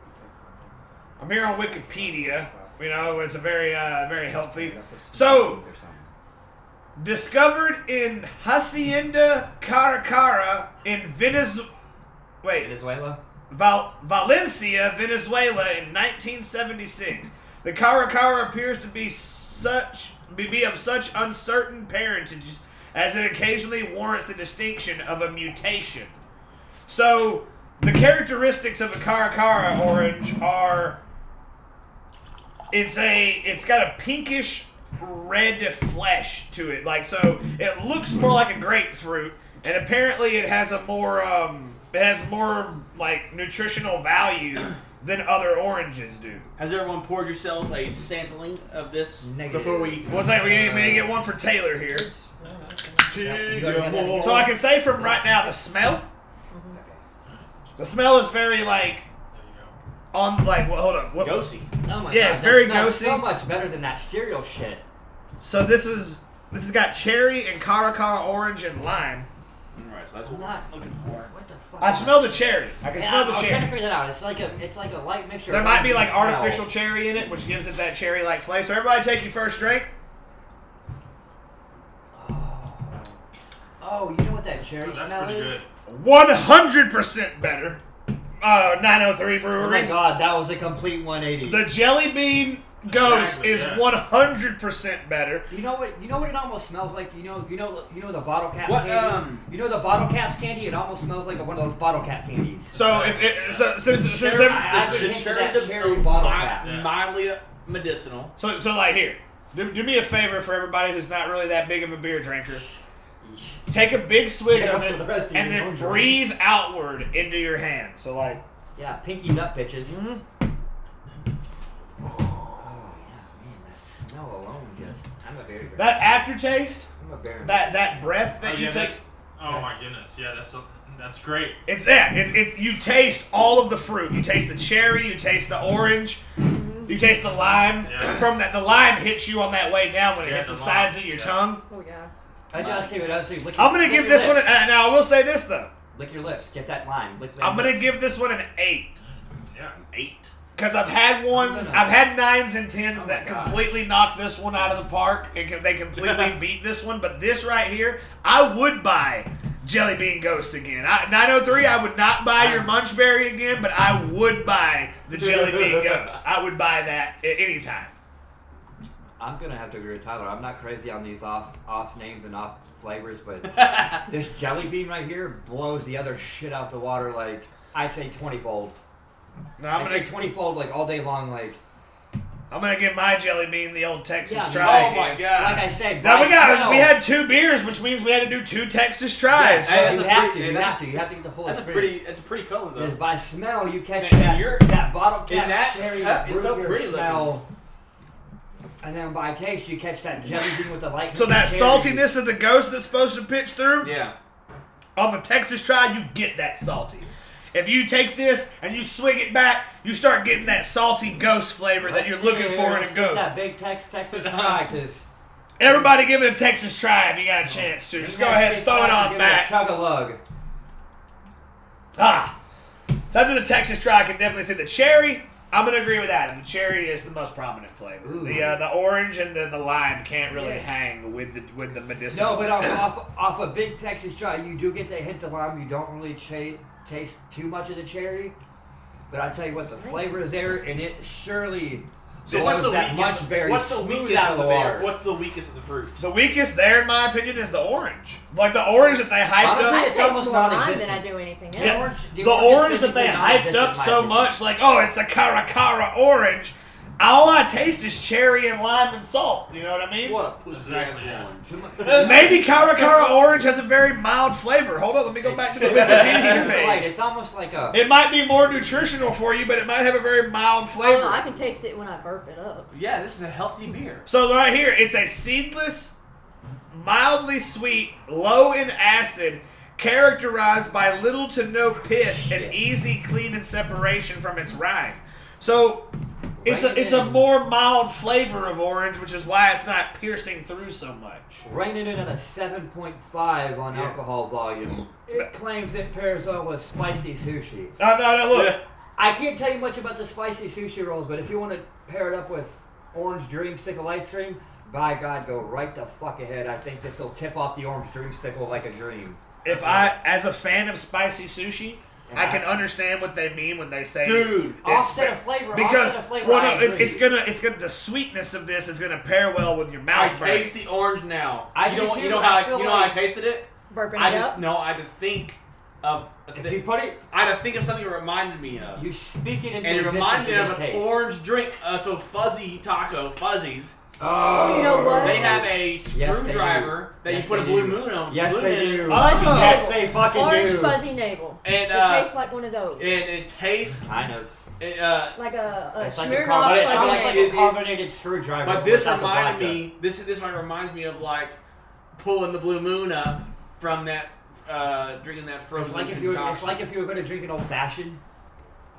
[SPEAKER 2] I'm here on Wikipedia. You know, it's a very uh, very healthy. So, discovered in Hacienda Caracara in Venezuela. Wait,
[SPEAKER 4] Venezuela.
[SPEAKER 2] Val- Valencia, Venezuela, in 1976. The caracara appears to be such be- be of such uncertain parentage as it occasionally warrants the distinction of a mutation. So, the characteristics of a caracara orange are it's a it's got a pinkish red flesh to it. Like so, it looks more like a grapefruit, and apparently it has a more um, it has more like nutritional value than other oranges do.
[SPEAKER 1] Has everyone poured yourself a sampling of this
[SPEAKER 4] Negative.
[SPEAKER 1] before we?
[SPEAKER 2] Well, it's like we didn't, we didn't get one for Taylor here,
[SPEAKER 4] more.
[SPEAKER 2] so I can say from right now the smell.
[SPEAKER 4] Oh
[SPEAKER 2] The smell is very like on like. Well, hold up. What,
[SPEAKER 1] Ghosty.
[SPEAKER 4] Oh my
[SPEAKER 2] Yeah,
[SPEAKER 4] God,
[SPEAKER 2] it's
[SPEAKER 4] that
[SPEAKER 2] very
[SPEAKER 4] smells
[SPEAKER 2] ghosty.
[SPEAKER 4] So much better than that cereal shit.
[SPEAKER 2] So this is this has got cherry and caracara orange and lime.
[SPEAKER 1] All right, so that's what
[SPEAKER 4] Not-
[SPEAKER 1] we're looking for.
[SPEAKER 4] What the fuck?
[SPEAKER 2] I smell the cherry. I can
[SPEAKER 4] Yeah,
[SPEAKER 2] smell the
[SPEAKER 4] I, I was trying to
[SPEAKER 2] cherry.
[SPEAKER 4] figure that out. It's like a, it's like a light mixture.
[SPEAKER 2] There
[SPEAKER 4] of
[SPEAKER 2] might be
[SPEAKER 4] orange
[SPEAKER 2] like
[SPEAKER 4] and smell.
[SPEAKER 2] artificial cherry in it, which gives it that cherry-like flavor. So everybody, take your first drink.
[SPEAKER 4] Oh, you know what that cherry
[SPEAKER 5] That's
[SPEAKER 4] smell
[SPEAKER 5] pretty
[SPEAKER 4] is?
[SPEAKER 5] good.
[SPEAKER 2] One hundred percent better. Uh, 903
[SPEAKER 4] Oh my
[SPEAKER 2] Breweries.
[SPEAKER 4] god, that was a complete 180.
[SPEAKER 2] the jelly bean ghost
[SPEAKER 5] Exactly,
[SPEAKER 2] is
[SPEAKER 5] yeah.
[SPEAKER 2] one hundred percent better.
[SPEAKER 4] you know what? You know what it almost smells like. You know, you know, you know the bottle cap
[SPEAKER 1] What,
[SPEAKER 4] candy.
[SPEAKER 1] um,
[SPEAKER 4] you know the bottle caps candy. It almost smells like one of those bottle cap candies.
[SPEAKER 2] So if it, so since since
[SPEAKER 4] Cherry-
[SPEAKER 2] every-
[SPEAKER 4] I- I just
[SPEAKER 1] The
[SPEAKER 4] hinted
[SPEAKER 1] cherries
[SPEAKER 4] that
[SPEAKER 1] are
[SPEAKER 4] cherry bottle
[SPEAKER 1] mi-
[SPEAKER 4] cap.
[SPEAKER 5] Yeah.
[SPEAKER 1] mildly medicinal.
[SPEAKER 2] So, so like here, do, do me a favor for everybody who's not really that big of a beer drinker. Take a big swig
[SPEAKER 4] Yeah,
[SPEAKER 2] of
[SPEAKER 4] that's
[SPEAKER 2] it
[SPEAKER 4] what the rest of you
[SPEAKER 2] and
[SPEAKER 4] don't
[SPEAKER 2] then
[SPEAKER 4] drink.
[SPEAKER 2] breathe outward into your hand. So like,
[SPEAKER 4] Yeah, pinkies up, bitches.
[SPEAKER 2] Mhm.
[SPEAKER 4] Oh yeah, man, that smell alone just. I'm a very.
[SPEAKER 2] that aftertaste,
[SPEAKER 4] I'm a very.
[SPEAKER 2] that that breath
[SPEAKER 5] Oh,
[SPEAKER 2] that you
[SPEAKER 5] yeah,
[SPEAKER 2] take,
[SPEAKER 5] that's, oh my goodness. Yeah, that's a, that's great.
[SPEAKER 2] it's that. It's, it's you taste all of the fruit. You taste the cherry. You taste the orange. You taste the lime.
[SPEAKER 5] Yeah.
[SPEAKER 2] From that, the lime hits you on that way down when it
[SPEAKER 5] Yeah,
[SPEAKER 2] hits the,
[SPEAKER 5] the lime,
[SPEAKER 2] sides of your
[SPEAKER 5] yeah.
[SPEAKER 2] tongue.
[SPEAKER 3] Oh yeah.
[SPEAKER 4] I just gave it up to you. Lick
[SPEAKER 2] I'm
[SPEAKER 4] your-
[SPEAKER 2] gonna
[SPEAKER 4] lick
[SPEAKER 2] give
[SPEAKER 4] your
[SPEAKER 2] this one. A,
[SPEAKER 4] lips.
[SPEAKER 2] uh, now, I will say this though.
[SPEAKER 4] Lick your lips. Get that lime. Lick that
[SPEAKER 2] I'm
[SPEAKER 4] lip.
[SPEAKER 2] gonna give this one an eight.
[SPEAKER 5] Yeah.
[SPEAKER 1] Eight.
[SPEAKER 2] Because I've had ones, I've had nines and tens
[SPEAKER 4] Oh
[SPEAKER 2] that
[SPEAKER 4] my God.
[SPEAKER 2] completely knocked this one out of the park, and can- they completely beat this one. But this right here, I would buy Jelly Bean Ghosts again. I, 903, I would not buy your Munchberry again, but I would buy the Jelly Bean Ghost. I would buy that at any time.
[SPEAKER 4] I'm gonna have to agree with Tyler. I'm not crazy on these off off names and off flavors, but this jelly bean right here blows the other shit out the water. Like I'd say twenty fold.
[SPEAKER 2] No,
[SPEAKER 4] i
[SPEAKER 2] I'm
[SPEAKER 4] would
[SPEAKER 2] gonna,
[SPEAKER 4] say twenty fold like all day long. Like
[SPEAKER 2] I'm gonna give my Jelly Bean the old Texas
[SPEAKER 4] Yeah,
[SPEAKER 2] tries.
[SPEAKER 1] oh my God.
[SPEAKER 4] like I said,
[SPEAKER 2] Now we
[SPEAKER 4] by
[SPEAKER 2] got
[SPEAKER 4] smell-
[SPEAKER 2] we had two beers, which means we had to do two Texas tries.
[SPEAKER 4] So
[SPEAKER 1] Hey, that's
[SPEAKER 4] you
[SPEAKER 1] a
[SPEAKER 4] have
[SPEAKER 1] pretty-
[SPEAKER 4] to, you
[SPEAKER 1] that's-
[SPEAKER 4] have to, you have to get the full
[SPEAKER 1] That's a pretty.
[SPEAKER 4] experience.
[SPEAKER 1] That's a pretty color though.
[SPEAKER 4] Because by smell you catch
[SPEAKER 1] Man,
[SPEAKER 4] that
[SPEAKER 1] you're-
[SPEAKER 4] that bottle
[SPEAKER 1] in
[SPEAKER 4] cap
[SPEAKER 1] that
[SPEAKER 4] cherry
[SPEAKER 1] cup is so
[SPEAKER 4] root beer
[SPEAKER 1] pretty looking.
[SPEAKER 4] smell, and then by taste you catch that jelly bean with the light.
[SPEAKER 2] So that
[SPEAKER 4] cherry.
[SPEAKER 2] saltiness of the ghost that's supposed to pitch through.
[SPEAKER 1] Yeah.
[SPEAKER 2] On the Texas try, you get that salty. If you take this and you swig it back, you start getting that salty ghost flavor that you're looking for in
[SPEAKER 4] Let's
[SPEAKER 2] a
[SPEAKER 4] get
[SPEAKER 2] ghost.
[SPEAKER 4] That big Tex Texas fry, because.
[SPEAKER 2] Everybody give it a Texas try if you got a chance to. Just go ahead and throw it on back.
[SPEAKER 4] Chug a lug.
[SPEAKER 2] Ah. So after the Texas try, I can definitely say the cherry. I'm gonna agree with Adam. The cherry is the most prominent flavor.
[SPEAKER 4] Ooh.
[SPEAKER 2] The uh, the orange and the, the lime can't really
[SPEAKER 3] Yeah.
[SPEAKER 2] hang with the with the medicinal.
[SPEAKER 4] No, but uh, off, off off a big Texas try, you do get that hint of lime. You don't really cha- taste too much of the cherry, but I tell you what, the flavor is there, and it surely
[SPEAKER 1] So
[SPEAKER 4] blows
[SPEAKER 1] what's the
[SPEAKER 4] that
[SPEAKER 1] weakest?
[SPEAKER 4] much berry
[SPEAKER 1] what's the
[SPEAKER 4] smooth
[SPEAKER 1] weakest of
[SPEAKER 4] out of
[SPEAKER 1] the
[SPEAKER 4] the
[SPEAKER 1] beer?
[SPEAKER 4] water.
[SPEAKER 1] What's the weakest of the fruit?
[SPEAKER 2] the weakest there, in my opinion, is the orange. Like the orange that they hyped
[SPEAKER 4] Honestly,
[SPEAKER 2] up.
[SPEAKER 4] I
[SPEAKER 3] I
[SPEAKER 4] it's almost
[SPEAKER 3] taste more lime
[SPEAKER 4] non-existent.
[SPEAKER 3] than I do anything else.
[SPEAKER 2] Yeah.
[SPEAKER 4] orange-
[SPEAKER 2] the,
[SPEAKER 4] the
[SPEAKER 2] orange,
[SPEAKER 4] orange
[SPEAKER 2] that they
[SPEAKER 4] basically
[SPEAKER 2] hyped
[SPEAKER 4] non-existent
[SPEAKER 2] up so
[SPEAKER 4] vitamin.
[SPEAKER 2] much, like oh, it's a cara cara orange. All I taste is cherry and lime and salt. You know what I mean?
[SPEAKER 1] What a pussy ass
[SPEAKER 5] Exactly, yeah.
[SPEAKER 1] orange.
[SPEAKER 2] Maybe cara cara orange has a very mild flavor. Hold on, let me go back to the Wikipedia
[SPEAKER 4] Right,
[SPEAKER 2] page.
[SPEAKER 4] it's almost like a.
[SPEAKER 2] It might be more nutritional for you, but it might have a very mild
[SPEAKER 3] I don't know, I
[SPEAKER 2] flavor.
[SPEAKER 3] can taste it when I burp it up.
[SPEAKER 1] Yeah, this is a healthy beer.
[SPEAKER 2] So right here, it's a seedless, mildly sweet, low in acid. Characterized by little to no pith and easy, clean, and separation from its rind. So It's a,
[SPEAKER 4] Rein
[SPEAKER 2] it's
[SPEAKER 4] it
[SPEAKER 2] a
[SPEAKER 4] in.
[SPEAKER 2] more mild flavor of orange, which is why it's not piercing through so much.
[SPEAKER 4] Rein it in at a 7.5 on
[SPEAKER 1] Yeah.
[SPEAKER 4] alcohol volume. It claims it pairs well with spicy sushi.
[SPEAKER 2] No, no, no, look.
[SPEAKER 1] Yeah.
[SPEAKER 4] I can't tell you much about the spicy sushi rolls, but if you want to pair it up with orange dreamsicle ice cream, by God, go right the fuck ahead. I think this will tip off the orange dreamsicle like a dream.
[SPEAKER 2] If I, as a fan of spicy sushi, I
[SPEAKER 4] Yeah.
[SPEAKER 2] can understand what they mean when they say,
[SPEAKER 1] Uh-huh. Dude,
[SPEAKER 2] it's
[SPEAKER 4] Offset
[SPEAKER 2] sp-
[SPEAKER 4] of flavor,
[SPEAKER 2] Because
[SPEAKER 4] offset of flavor. I
[SPEAKER 2] well, no, it's,
[SPEAKER 4] agree.
[SPEAKER 2] it's gonna, it's gonna, the sweetness of this is gonna pair well with your
[SPEAKER 1] I
[SPEAKER 2] mouth. burn.
[SPEAKER 1] taste the orange now.
[SPEAKER 4] I
[SPEAKER 1] you
[SPEAKER 4] do
[SPEAKER 1] know what?
[SPEAKER 4] too,
[SPEAKER 1] You know
[SPEAKER 4] but
[SPEAKER 1] how
[SPEAKER 4] I
[SPEAKER 1] I,
[SPEAKER 4] feel
[SPEAKER 1] you know how I
[SPEAKER 4] like-
[SPEAKER 1] tasted it?
[SPEAKER 3] Burping
[SPEAKER 1] I
[SPEAKER 3] it
[SPEAKER 1] just
[SPEAKER 3] up.
[SPEAKER 1] no. I had to think of. a
[SPEAKER 4] If
[SPEAKER 1] thi-
[SPEAKER 4] you put it,
[SPEAKER 1] I had to think of something it reminded me of,
[SPEAKER 4] you speak it into
[SPEAKER 1] and it
[SPEAKER 4] existence
[SPEAKER 1] reminded me
[SPEAKER 4] in
[SPEAKER 1] of
[SPEAKER 4] the
[SPEAKER 1] an
[SPEAKER 4] taste.
[SPEAKER 1] orange drink. Uh, so fuzzy taco fuzzies
[SPEAKER 4] Oh.
[SPEAKER 3] You know what?
[SPEAKER 1] They have a
[SPEAKER 4] they do.
[SPEAKER 1] screwdriver that
[SPEAKER 4] Yes,
[SPEAKER 1] you put a
[SPEAKER 4] they
[SPEAKER 1] blue
[SPEAKER 4] do.
[SPEAKER 1] moon on.
[SPEAKER 4] Yes,
[SPEAKER 1] moon
[SPEAKER 4] they
[SPEAKER 1] in it,
[SPEAKER 4] do.
[SPEAKER 3] Fuzzy navel.
[SPEAKER 4] Yes, they fucking
[SPEAKER 3] Oh. Orange
[SPEAKER 4] do.
[SPEAKER 3] fuzzy navel.
[SPEAKER 1] And
[SPEAKER 3] it
[SPEAKER 1] uh,
[SPEAKER 3] tastes like one of those.
[SPEAKER 1] and it tastes
[SPEAKER 4] Kind of.
[SPEAKER 1] it, uh,
[SPEAKER 3] like a, a
[SPEAKER 4] It's like a,
[SPEAKER 3] Smirnoff
[SPEAKER 4] carb-
[SPEAKER 1] But it-
[SPEAKER 4] it's
[SPEAKER 3] fuzzy
[SPEAKER 4] like
[SPEAKER 1] like
[SPEAKER 3] navel.
[SPEAKER 1] it-
[SPEAKER 4] a
[SPEAKER 1] it-
[SPEAKER 4] carbonated screwdriver.
[SPEAKER 1] But this
[SPEAKER 4] without the
[SPEAKER 1] reminded
[SPEAKER 4] vodka.
[SPEAKER 1] me. This this might remind me of like pulling the blue moon up from that uh, drinking that frozen.
[SPEAKER 4] It's like if you were, it's like if you were going to drink an old fashioned,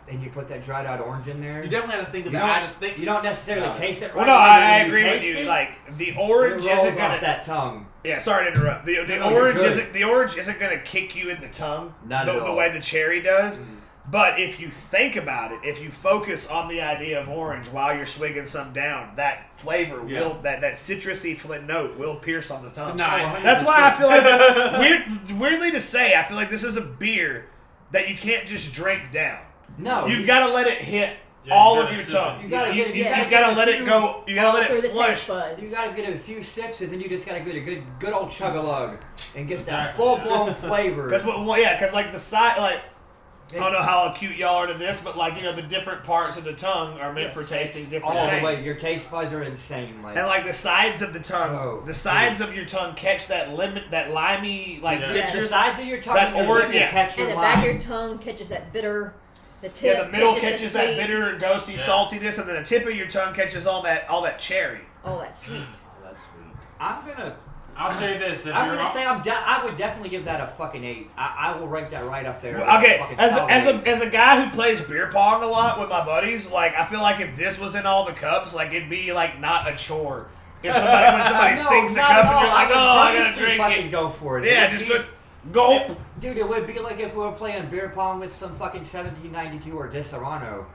[SPEAKER 4] and you put that dried out orange in there.
[SPEAKER 1] you definitely had to think
[SPEAKER 4] You
[SPEAKER 1] about.
[SPEAKER 4] don't-
[SPEAKER 1] I had to think.
[SPEAKER 4] You don't necessarily taste it.
[SPEAKER 2] Well,
[SPEAKER 4] Right
[SPEAKER 2] no, I, I
[SPEAKER 4] but when
[SPEAKER 2] agree with
[SPEAKER 4] taste
[SPEAKER 2] you.
[SPEAKER 4] it,
[SPEAKER 2] Like the
[SPEAKER 4] it
[SPEAKER 2] orange
[SPEAKER 4] rolls
[SPEAKER 2] isn't
[SPEAKER 4] off
[SPEAKER 2] gonna.
[SPEAKER 4] that tongue.
[SPEAKER 2] Yeah, sorry to interrupt. The, the
[SPEAKER 4] No, you're
[SPEAKER 2] orange
[SPEAKER 4] good.
[SPEAKER 2] isn't the orange isn't gonna kick you in the tongue.
[SPEAKER 4] Not
[SPEAKER 2] the,
[SPEAKER 4] at
[SPEAKER 2] the
[SPEAKER 4] all. Mm.
[SPEAKER 2] way the cherry does. But if you think about it, if you focus on the idea of orange while you're swigging some down, that flavor
[SPEAKER 1] Yeah.
[SPEAKER 2] will that that citrusy fl- note will pierce on the tongue.
[SPEAKER 1] Tonight.
[SPEAKER 2] That's why I feel like weird, weirdly to say, I feel like this is a beer that you can't just drink down.
[SPEAKER 4] No,
[SPEAKER 2] You've got to let it hit
[SPEAKER 5] Yeah,
[SPEAKER 2] all
[SPEAKER 5] you
[SPEAKER 2] of
[SPEAKER 5] gotta
[SPEAKER 2] your
[SPEAKER 5] sip it.
[SPEAKER 2] tongue.
[SPEAKER 4] You gotta get-
[SPEAKER 2] you,
[SPEAKER 4] you
[SPEAKER 2] you gotta
[SPEAKER 4] gotta get a
[SPEAKER 2] let it
[SPEAKER 4] few-
[SPEAKER 2] go. You gotta let
[SPEAKER 3] through
[SPEAKER 2] it
[SPEAKER 3] the
[SPEAKER 2] flush.
[SPEAKER 3] taste buds.
[SPEAKER 4] You gotta get a few sips, and then you just gotta get a good, good old chug a lug, and get that
[SPEAKER 5] Exactly.
[SPEAKER 4] full blown flavor.
[SPEAKER 2] Because what? Well, yeah, because like the side, like I
[SPEAKER 4] It-
[SPEAKER 2] don't know how acute y'all are to this, but like you know, the different parts of the tongue are meant for tasting different
[SPEAKER 4] all the
[SPEAKER 2] things.
[SPEAKER 4] way. Your taste buds are insane, like.
[SPEAKER 2] And like the sides of the tongue,
[SPEAKER 4] Oh,
[SPEAKER 2] the sides of your tongue catch that lemon, that limey, like
[SPEAKER 5] Yeah.
[SPEAKER 4] the
[SPEAKER 2] citrus.
[SPEAKER 4] sides of your tongue,
[SPEAKER 2] that
[SPEAKER 4] your
[SPEAKER 2] orange-
[SPEAKER 4] lip will
[SPEAKER 2] yeah.
[SPEAKER 4] catch your
[SPEAKER 3] and the
[SPEAKER 4] lime.
[SPEAKER 3] back of your tongue catches that bitter. The tip
[SPEAKER 2] Yeah, the middle
[SPEAKER 3] catches,
[SPEAKER 2] catches
[SPEAKER 3] the
[SPEAKER 2] that
[SPEAKER 3] sweet,
[SPEAKER 2] bitter, ghosty
[SPEAKER 5] Yeah.
[SPEAKER 2] saltiness, and then the tip of your tongue catches all that, all that cherry.
[SPEAKER 3] All Oh, that sweet.
[SPEAKER 1] that's sweet.
[SPEAKER 4] I'm gonna,
[SPEAKER 5] I'll say this: if
[SPEAKER 4] I'm
[SPEAKER 5] you're
[SPEAKER 4] gonna
[SPEAKER 5] all-
[SPEAKER 4] say I'm, de- I would definitely give that a fucking eight. I, I will rank that right up there.
[SPEAKER 2] Okay,
[SPEAKER 4] Fucking
[SPEAKER 2] as a,
[SPEAKER 4] solid
[SPEAKER 2] as
[SPEAKER 4] eight.
[SPEAKER 2] a as a guy who plays beer pong a lot with my buddies, like I feel like if this was in all the cups, like it'd be like not a chore. If somebody when somebody
[SPEAKER 4] No,
[SPEAKER 2] sinks a
[SPEAKER 4] not
[SPEAKER 2] cup
[SPEAKER 4] at
[SPEAKER 2] and
[SPEAKER 4] all.
[SPEAKER 2] you're like,
[SPEAKER 4] would
[SPEAKER 2] oh, I gotta
[SPEAKER 4] purposely
[SPEAKER 2] drink
[SPEAKER 4] fucking
[SPEAKER 2] it.
[SPEAKER 4] Go for it.
[SPEAKER 2] Yeah,
[SPEAKER 4] It'd
[SPEAKER 2] just
[SPEAKER 4] be-
[SPEAKER 2] a gulp.
[SPEAKER 4] Dude, it would be like if we were playing beer pong with some fucking 1792 or Disaronno.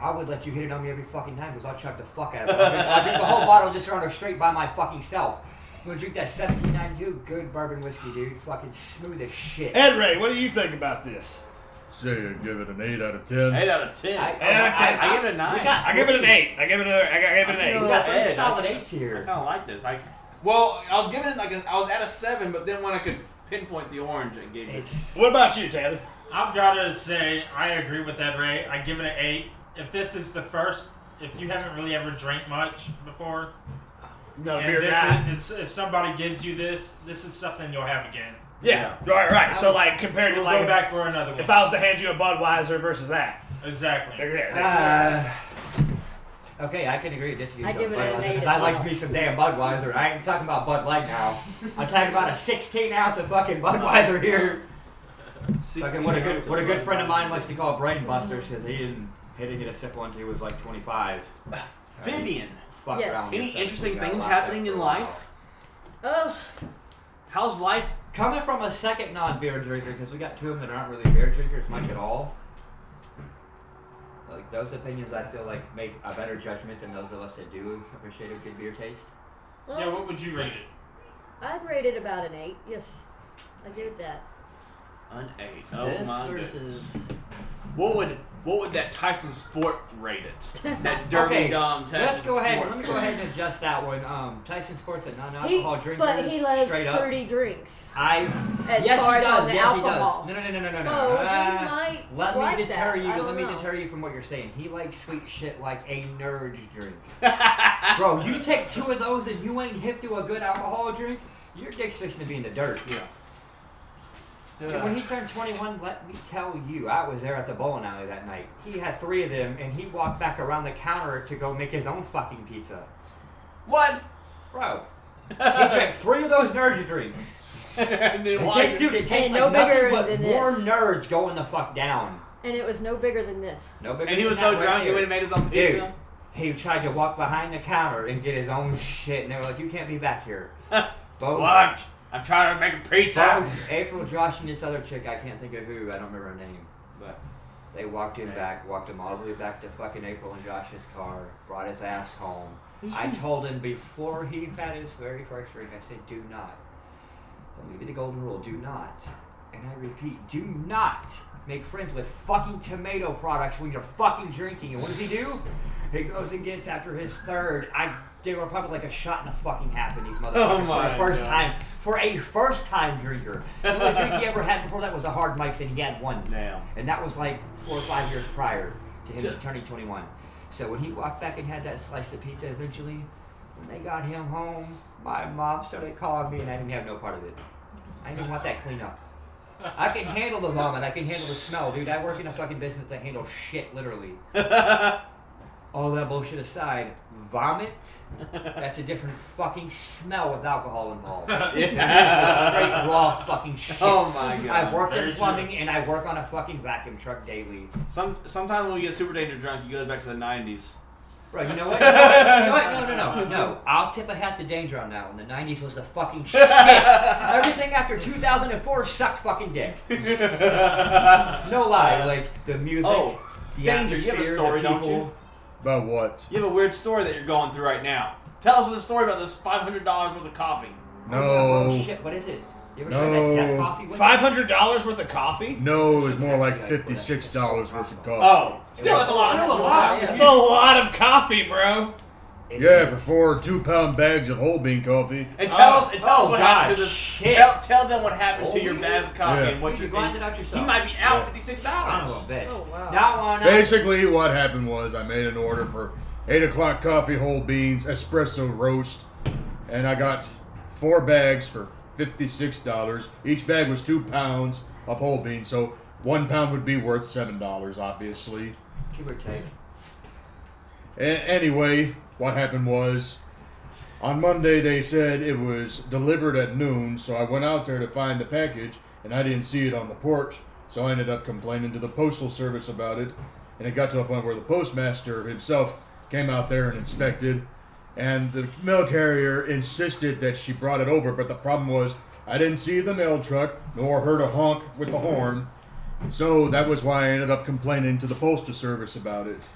[SPEAKER 4] I would let you hit it on me every fucking time because I'll chug the fuck out of it. I'll drink the whole bottle of Disaronno straight by my fucking self. I'm gonna drink that 1792 good bourbon whiskey, dude. Fucking smooth as shit.
[SPEAKER 2] Ed Ray, what do you think about this?
[SPEAKER 6] Say I'd give it an 8 out of 10.
[SPEAKER 1] Eight out of ten.
[SPEAKER 4] I,
[SPEAKER 1] I,
[SPEAKER 2] Hey, that's it.
[SPEAKER 1] give it a nine.
[SPEAKER 4] We got
[SPEAKER 2] I give it an
[SPEAKER 4] three.
[SPEAKER 2] eight. I give it a. I give it an
[SPEAKER 4] We
[SPEAKER 2] eight.
[SPEAKER 1] No.
[SPEAKER 4] got three
[SPEAKER 1] Ed.
[SPEAKER 4] solid eights here.
[SPEAKER 1] kind of like this. I well, I was giving it like a, I was at a seven, but then when I could pinpoint the orange, I gave it.
[SPEAKER 4] It's
[SPEAKER 2] What about you, Taylor?
[SPEAKER 5] I've got to say, I agree with Ed Ray. I give it an eight. If this is the first, if you haven't really ever drank much before,
[SPEAKER 2] No
[SPEAKER 5] and this is- it's- if somebody gives you this, this is something you'll have again.
[SPEAKER 2] Yeah. Right. Right. So like compared to
[SPEAKER 5] We'll
[SPEAKER 2] like
[SPEAKER 5] go back for another
[SPEAKER 2] if
[SPEAKER 5] one.
[SPEAKER 2] I was to hand you a Budweiser versus that.
[SPEAKER 5] exactly.
[SPEAKER 4] Uh, okay, I can agree with that. you
[SPEAKER 3] I
[SPEAKER 4] don't
[SPEAKER 3] give it
[SPEAKER 4] Budweiser,
[SPEAKER 3] an eight
[SPEAKER 4] 'cause
[SPEAKER 3] as
[SPEAKER 4] I like
[SPEAKER 3] well.
[SPEAKER 4] me some damn Budweiser. I ain't talking about Bud Light now. I'm talking about a 16 ounce of fucking Budweiser here. Fucking what a good what a good friend of mine likes to call brain busters because he didn't hitting it a sip one he was like 25.
[SPEAKER 1] Vivian.
[SPEAKER 4] Fuck
[SPEAKER 3] Yes.
[SPEAKER 4] around with
[SPEAKER 1] Any
[SPEAKER 4] that. We
[SPEAKER 1] interesting
[SPEAKER 4] got a
[SPEAKER 1] things
[SPEAKER 4] lot there
[SPEAKER 1] happening
[SPEAKER 4] for
[SPEAKER 1] in
[SPEAKER 4] a while.
[SPEAKER 1] life?
[SPEAKER 3] Ugh.
[SPEAKER 1] How's life?
[SPEAKER 4] Coming from a second non-beer drinker, because we got two of them that aren't really beer drinkers much at all. Like those opinions, I feel like make a better judgment than those of us that do appreciate a good beer taste.
[SPEAKER 3] Well,
[SPEAKER 5] Yeah, what would you rate it?
[SPEAKER 3] I'd rate it about an eight. Yes, I give it that.
[SPEAKER 1] An eight. Oh
[SPEAKER 4] this
[SPEAKER 1] my goodness.
[SPEAKER 4] versus
[SPEAKER 1] What would what would that Tyson Sport rate it? That dirty
[SPEAKER 4] okay,
[SPEAKER 1] dumb Tyson
[SPEAKER 4] Let's go ahead.
[SPEAKER 1] Sport.
[SPEAKER 4] Let me go ahead and adjust that one. Um, Tyson Sports a
[SPEAKER 3] He,
[SPEAKER 4] non-alcohol drinker.
[SPEAKER 3] but he loves
[SPEAKER 4] straight up.
[SPEAKER 3] fruity drinks.
[SPEAKER 4] I've
[SPEAKER 3] As
[SPEAKER 4] yes,
[SPEAKER 3] far
[SPEAKER 4] he
[SPEAKER 3] as
[SPEAKER 4] does.
[SPEAKER 3] on the
[SPEAKER 4] yes,
[SPEAKER 3] alcohol.
[SPEAKER 4] he does. No, no, no, no, no, no.
[SPEAKER 3] So
[SPEAKER 4] no.
[SPEAKER 3] he
[SPEAKER 4] Uh,
[SPEAKER 3] might
[SPEAKER 4] let
[SPEAKER 3] like
[SPEAKER 4] me deter
[SPEAKER 3] that.
[SPEAKER 4] you.
[SPEAKER 3] I
[SPEAKER 4] Let
[SPEAKER 3] don't
[SPEAKER 4] me
[SPEAKER 3] know.
[SPEAKER 4] deter you from what you're saying. He likes sweet shit like a nerd drink. Bro, you take two of those and you ain't hip to a good alcohol drink. Your dick's fixing to be in the dirt.
[SPEAKER 1] Yeah.
[SPEAKER 4] Dude, When he turned 21, let me tell you, I was there at the bowling alley that night. He had three of them, and he walked back around the counter to go make his own fucking pizza.
[SPEAKER 1] What?
[SPEAKER 4] Bro, he drank three of those nerd drinks.
[SPEAKER 1] and then
[SPEAKER 4] It
[SPEAKER 1] why-
[SPEAKER 4] takes, dude, it tastes
[SPEAKER 3] And
[SPEAKER 4] like
[SPEAKER 3] no
[SPEAKER 4] nothing
[SPEAKER 3] bigger
[SPEAKER 4] but
[SPEAKER 3] than
[SPEAKER 4] more
[SPEAKER 3] this.
[SPEAKER 4] nerds going the fuck down.
[SPEAKER 3] And it was no bigger than this.
[SPEAKER 4] No bigger.
[SPEAKER 1] And he
[SPEAKER 4] than
[SPEAKER 1] was
[SPEAKER 4] that
[SPEAKER 1] so
[SPEAKER 4] right
[SPEAKER 1] drunk he
[SPEAKER 4] there.
[SPEAKER 1] would have made his own
[SPEAKER 4] Dude,
[SPEAKER 1] pizza.
[SPEAKER 4] He tried to walk behind the counter and get his own shit, and they were like, "You can't be back here." Both,
[SPEAKER 1] What? I'm trying to make a pizza.
[SPEAKER 4] both April, Josh, and this other chick. I can't think of who. I don't remember her name.
[SPEAKER 1] But
[SPEAKER 4] They walked him back, walked him all the way back to fucking April and Josh's car, brought his ass home. I told him before he had his very first drink, I said, do not. I'll give you the golden rule, do not. And I repeat, do not make friends with fucking tomato products when you're fucking drinking. And what does he do? He goes and gets after his third. I they were probably like a shot in the fucking half in these
[SPEAKER 1] Oh
[SPEAKER 4] motherfuckers for
[SPEAKER 1] my
[SPEAKER 4] the first
[SPEAKER 1] God.
[SPEAKER 4] time for a first time drinker. The only drink he ever had before that was a hard mike's and he had one.
[SPEAKER 1] Damn.
[SPEAKER 4] And that was like four or five years prior to him turning 21. So when he walked back and had that slice of pizza eventually, When they got him home, my mom started calling me, and I didn't have no part of it. I didn't want that clean up. I can handle the vomit. I can handle the smell, dude. I work in a fucking business that handles shit, literally. All that bullshit aside, vomit, that's a different fucking smell with alcohol involved. Straight raw fucking shit.
[SPEAKER 1] Oh my God.
[SPEAKER 4] I work
[SPEAKER 5] Very
[SPEAKER 4] in
[SPEAKER 5] true.
[SPEAKER 4] plumbing and I work on a fucking vacuum truck daily.
[SPEAKER 1] Some sometimes when we get super danger drunk, you go back to the '90s.
[SPEAKER 4] Bro, you know what? You know what? You know what? No, no, no, no. I'll tip a hat to Danger on that one. The '90s was the fucking shit. Everything after 2004 sucked fucking dick. No lie, like the music,
[SPEAKER 1] Oh,
[SPEAKER 4] the
[SPEAKER 1] Danger, you have a
[SPEAKER 4] atmosphere,
[SPEAKER 1] story,
[SPEAKER 4] the
[SPEAKER 1] don't
[SPEAKER 4] people.
[SPEAKER 1] you?
[SPEAKER 6] About what?
[SPEAKER 1] You have a weird story that you're going through right now. Tell us the story about this five hundred dollars worth of coffee.
[SPEAKER 4] Oh, yeah, well,
[SPEAKER 6] No.
[SPEAKER 4] shit, what is it? You ever
[SPEAKER 6] No.
[SPEAKER 4] tried that death coffee?
[SPEAKER 5] Uh,
[SPEAKER 4] What-
[SPEAKER 2] Five hundred dollars worth of coffee.
[SPEAKER 6] No, it was more like fifty-six dollars worth of coffee.
[SPEAKER 1] Oh, still that's a lot.
[SPEAKER 5] Still a lot.
[SPEAKER 2] That's a lot of coffee, bro.
[SPEAKER 4] It
[SPEAKER 6] Yeah,
[SPEAKER 4] is.
[SPEAKER 6] for four two-pound bags of whole bean coffee.
[SPEAKER 1] And tell
[SPEAKER 2] Oh,
[SPEAKER 1] us, and tell us
[SPEAKER 4] oh,
[SPEAKER 1] what
[SPEAKER 4] God,
[SPEAKER 1] happened to this.
[SPEAKER 4] shit.
[SPEAKER 1] Tell, tell them what happened to
[SPEAKER 4] Oh,
[SPEAKER 1] your
[SPEAKER 4] yeah.
[SPEAKER 1] baz of coffee
[SPEAKER 6] Yeah.
[SPEAKER 1] and what
[SPEAKER 4] You
[SPEAKER 1] your.
[SPEAKER 4] can grind
[SPEAKER 1] and
[SPEAKER 4] it out
[SPEAKER 1] He
[SPEAKER 4] yourself.
[SPEAKER 1] might be out
[SPEAKER 6] Yeah.
[SPEAKER 1] fifty six
[SPEAKER 4] Son
[SPEAKER 1] dollars.
[SPEAKER 4] of a bitch.
[SPEAKER 3] Oh, wow.
[SPEAKER 4] Now on up.
[SPEAKER 6] Basically, what happened was I made an order for eight o'clock coffee, whole beans, espresso roast, and I got four bags for fifty-six dollars. Each bag was two pounds of whole beans, so one pound would be worth seven dollars, obviously.
[SPEAKER 4] Give or take.
[SPEAKER 6] A- anyway, what happened was on Monday they said it was delivered at noon, so I went out there to find the package and I didn't see it on the porch, so I ended up complaining to the postal service about it. And it got to a point where the postmaster himself came out there and inspected, and the mail carrier insisted that she brought it over, but the problem was I didn't see the mail truck nor heard a honk with the horn. So that was why I ended up complaining to the postal service about it.